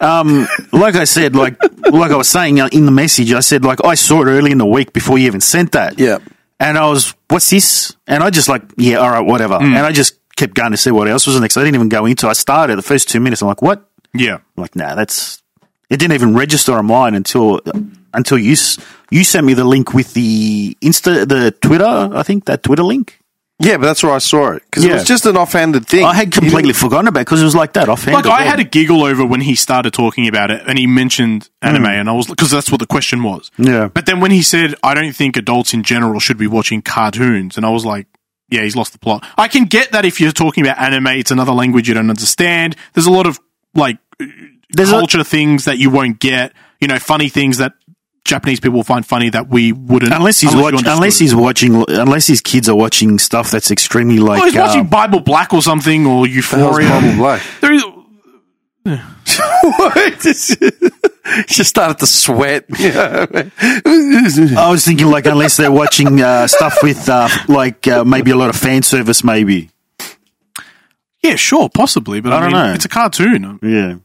G: Um, like I said, like like I was saying uh, in the message, I said like I saw it early in the week before you even sent that.
A: Yeah.
G: And I was, what's this? And I just like, yeah, all right, whatever.
A: Mm.
G: And I just kept going to see what else was next. I didn't even go into. I started the first two minutes. I'm like, what?
C: yeah.
G: I'm like, nah, that's. It didn't even register on mine until until you s- you sent me the link with the Insta, the Twitter. I think that Twitter link.
A: Yeah, but that's where I saw it. Because it
G: Yeah.
A: was just an offhanded thing.
G: I had completely
A: You know,
G: forgotten about because it was like that offhand.
C: Like I had a giggle over when he started talking about it, and he mentioned anime, and I was because that's what the question was.
G: Hmm. Yeah.
C: But then when he said, "I don't think adults in general should be watching cartoons," and I was like, "Yeah, he's lost the plot." I can get that if you're talking about anime; it's another language you don't understand. There's a lot of like
G: There's a-
C: culture things that you won't get. You know, funny things that Japanese people find funny that we wouldn't
G: unless he's
C: you
G: watch,
C: understood
G: unless
C: it.
G: he's watching unless his kids are watching stuff that's extremely like
C: oh, he's
G: uh,
C: watching Bible Black or something or
A: hell's Bible
C: Euphoria.
A: Black?
C: There is-
A: she started to sweat. Yeah.
G: uh, I was thinking like unless they're watching uh, stuff with uh, like uh, maybe a lot of fan service maybe
C: yeah, sure, possibly, but I,
G: I don't
C: mean,
G: know.
C: It's a cartoon.
G: yeah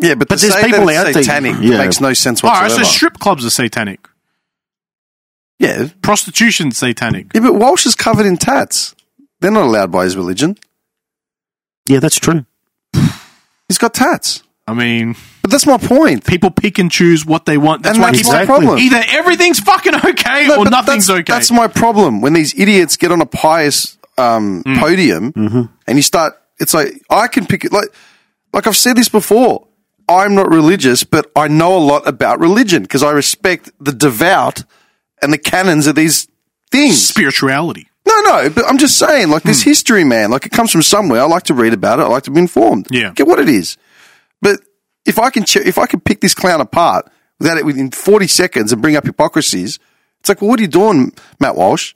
A: yeah, but,
G: But
A: to
G: there's
A: say
G: people
A: that it's
G: out there-
A: satanic
G: yeah.
A: makes no sense
C: All
A: whatsoever.
C: right, so strip clubs are satanic.
A: yeah.
C: Prostitution's satanic.
A: yeah, but Walsh is covered in tats. They're not allowed by his religion.
G: yeah that's true
A: He's got tats.
C: I mean,
A: But that's my point.
C: people pick and choose what they want. That's
A: and
C: why
A: that's
C: he's
A: my
G: Exactly.
A: problem.
C: either everything's fucking okay
A: No,
C: or
A: but
C: nothing's
A: that's,
C: okay.
A: That's my problem. When these idiots get on a pious um,
C: Mm.
A: podium
C: Mm-hmm.
A: and you start, it's like I can pick it. Like, like I've said this before. I'm not religious, but I know a lot about religion because I respect the devout and the canons of these things.
C: Spirituality.
A: No, no, but I'm just saying, like
C: Hmm.
A: this history, man. Like it comes from somewhere. I like to read about it. I like to be informed.
C: Yeah.
A: get what it is. But if I can, che- if I can pick this clown apart without it within 40 seconds and bring up hypocrisies, it's like, well, what are you doing, Matt Walsh?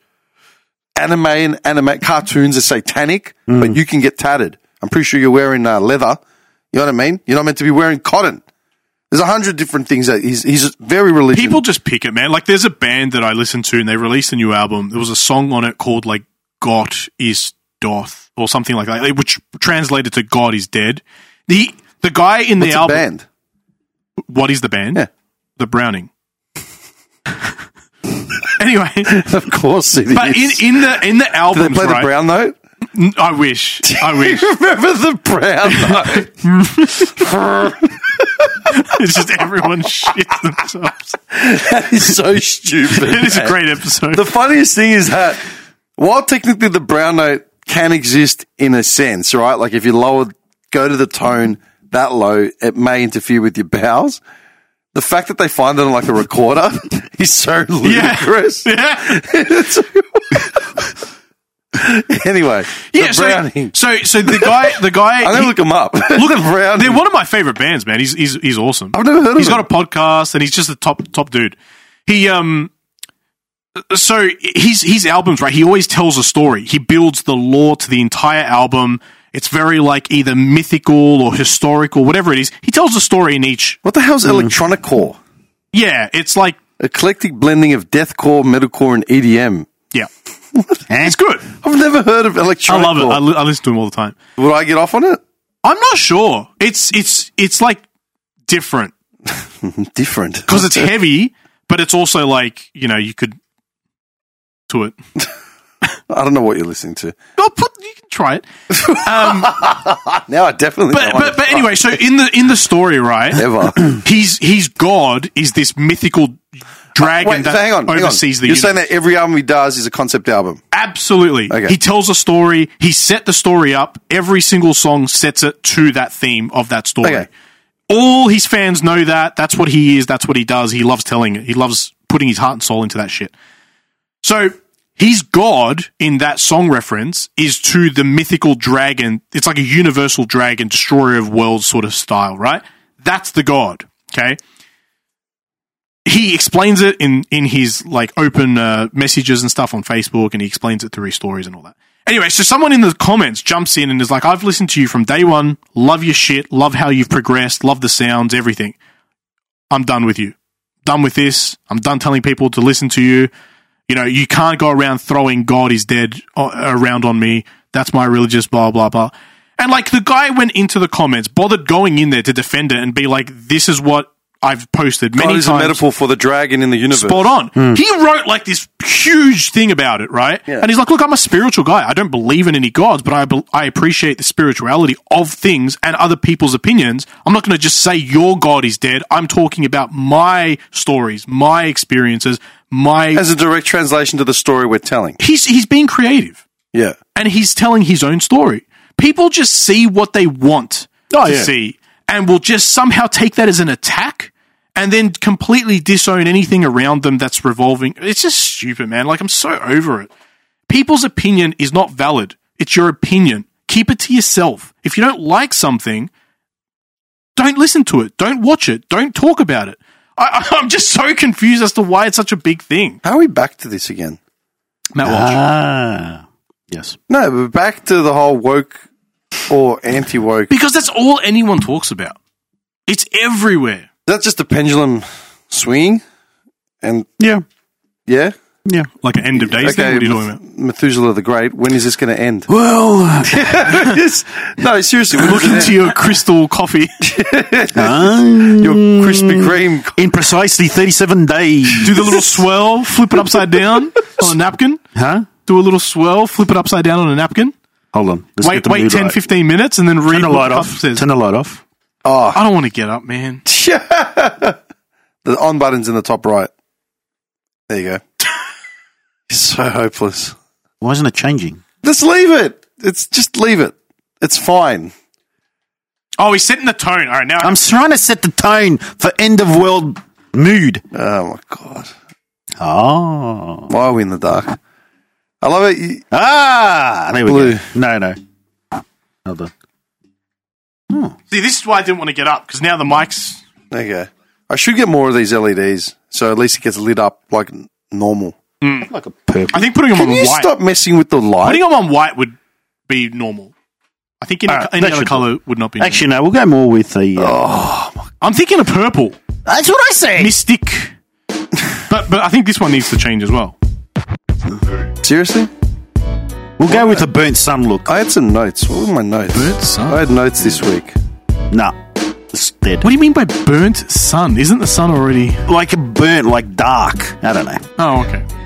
A: Anime and anime cartoons are satanic,
C: Hmm.
A: but you can get tatted. I'm pretty sure you're wearing uh, leather. You know what I mean? You're not meant to be wearing cotton. There's a hundred different things that he's he's very religious.
C: People just pick it, man. Like, there's a band that I listened to, and they released a new album. There was a song on it called like "Got is Doth" or something like that, which translated to "God is dead." The the guy in
A: What's
C: the
A: a
C: album.
A: band?
C: What is the band?
A: Yeah.
C: The Browning. anyway,
A: of course, it
C: but in,
A: is.
C: in the in the
A: do they
C: albums,
A: play
C: right?
A: the brown note?
C: N- I wish. I wish.
A: Remember the brown note?
C: it's just everyone shits themselves.
A: It's so stupid.
C: It is a
A: man.
C: great episode.
A: The funniest thing is that while technically the brown note can exist in a sense, right? Like if you lower, go to the tone that low, it may interfere with your bowels. The fact that they find it on like a recorder is so ludicrous.
C: yeah.
A: Anyway,
C: Yeah,
A: the
C: so,
A: Browning.
C: so so the guy the guy
A: I'm gonna
C: he-
A: look him up.
C: look,
A: the Browning.
C: They're one of my favorite bands, man. He's he's he's awesome.
A: I've never heard of
C: He's
A: him.
C: got a podcast and he's just a top top dude. He um so his his albums, right? He always tells a story. He builds the lore to the entire album. It's very like either mythical or historical, whatever it is. He tells a story in each.
A: what the hell's electronic core?
C: Yeah, it's like
A: Eclectic blending of deathcore, metalcore, and EDM.
C: yeah,
G: Eh?
C: it's good.
A: I've never heard of
C: I
A: electronic.
C: love it. I, li- I listen to him all the time.
A: Would I get off on it?
C: I'm not sure. It's it's it's like different
A: Different.
C: because it's heavy, but it's also like you know you could to it.
A: I don't know what you're listening to.
C: I'll put you can try it. Um,
A: Now I definitely
C: But
A: don't want
C: but,
A: to
C: but
A: fuck
C: anyway, so in the in the story, right?
A: ever.
C: He's he's God is this mythical dragon
A: Wait, so
C: that
A: hang on. hang on.
C: oversees the
A: You're
C: universe.
A: saying that every album he does is a concept album.
C: Absolutely.
A: Okay.
C: He tells a story. He set the story up. Every single song sets it to that theme of that story.
A: Okay.
C: All his fans know that. That's what he is. That's what he does. He loves telling it. He loves putting his heart and soul into that shit. So his god in that song reference is to the mythical dragon. It's like a universal dragon, destroyer of worlds sort of style, right? That's the god. Okay he explains it in in his like open uh, messages and stuff on Facebook, and he explains it through his stories and all that. Anyway, so someone in the comments jumps in and is like, "I've listened to you from day one. Love your shit. Love how you've progressed. Love the sounds. Everything. I'm done with you. Done with this. I'm done telling people to listen to you. You know, you can't go around throwing God is dead uh, around on me. That's my religious blah blah blah." And like the guy went into the comments, bothered going in there to defend it and be like, "This is what." I've posted many
A: God is a
C: times.
A: metaphor for the dragon in the universe.
C: Spot on. He wrote like this huge thing about it, right?
A: Hmm. Yeah.
C: And he's like, "Look, I'm a spiritual guy. I don't believe in any gods, but I bel I appreciate the spirituality of things and other people's opinions. I'm not going to just say your god is dead. I'm talking about my stories, my experiences, my
A: As a direct translation to the story we're telling.
C: he's he's being creative
A: Yeah.
C: and he's telling his own story. People just see what they want to
G: yeah.
C: see and will just somehow take that as an attack and then completely disown anything around them that's revolving. It's just stupid, man. Like, I'm so over it. People's opinion is not valid, it's your opinion. Keep it to yourself. If you don't like something, don't listen to it, don't watch it, don't talk about it. I, I'm just so confused as to why it's such a big thing.
A: How are we back to this again?
C: Matt Walsh.
G: Ah, yes.
A: No, but back to the whole woke or anti woke.
C: Because that's all anyone talks about. It's everywhere.
A: That's just a pendulum swinging. And
G: Yeah,
A: yeah.
G: yeah.
C: Like an end of days thing? What are you talking about?
A: Meth- Methuselah the Great, when is this going to end?
G: Well,
A: Yes. no, seriously. When
C: Look
A: does
C: into
A: it
C: your crystal coffee.
A: end? your Krispy Kreme. co-
G: uh, in precisely thirty-seven days.
C: Do the little swirl, flip it upside down on a napkin.
G: huh?
C: Do a little swirl, flip it upside down on a napkin.
G: Hold on. Let's get
C: wait,
G: the
C: wait
G: mood
C: 10,
G: right.
C: 15 minutes and then read
G: Turn the
C: what
G: light
C: the
G: off.
C: cup says.
G: Turn the light off.
C: I don't want to get up, man.
A: The on button's in the top right. There you go. It's so hopeless.
G: Why isn't it changing?
A: Just leave it. It's just leave it. It's fine.
C: Oh, he's setting the tone. All right, now
G: I'm trying to set the tone for end of world mood.
A: Oh my god.
G: Oh.
A: Why are we in the dark? I love it. You-
G: Ah, there we
A: Blue.
G: go. No, no. Hold on.
C: see, this is why I didn't want to get up because now the mic's.
A: There you go. I should get more of these LEDs, so at least it gets lit up like n- normal.
G: Like a purple.
C: I think putting them
A: Can
C: on
A: you
C: white.
A: stop messing with the light?
C: Putting them on white would be normal. I think any,
G: All right,
C: any
G: that
C: other
G: should
C: color would not be. Normal.
G: Actually, no, we'll go more with the. Uh,
C: I'm thinking of purple.
G: That's what I say.
C: mystic. but but I think this one needs to change as well.
A: Seriously?
G: We'll go with the burnt sun look.
A: I had some notes. What were my notes? I had notes this week.
G: Nah, it's dead.
C: What do you mean by burnt sun? Isn't the sun already?
G: Like burnt, like dark. I don't know.
C: Oh, okay.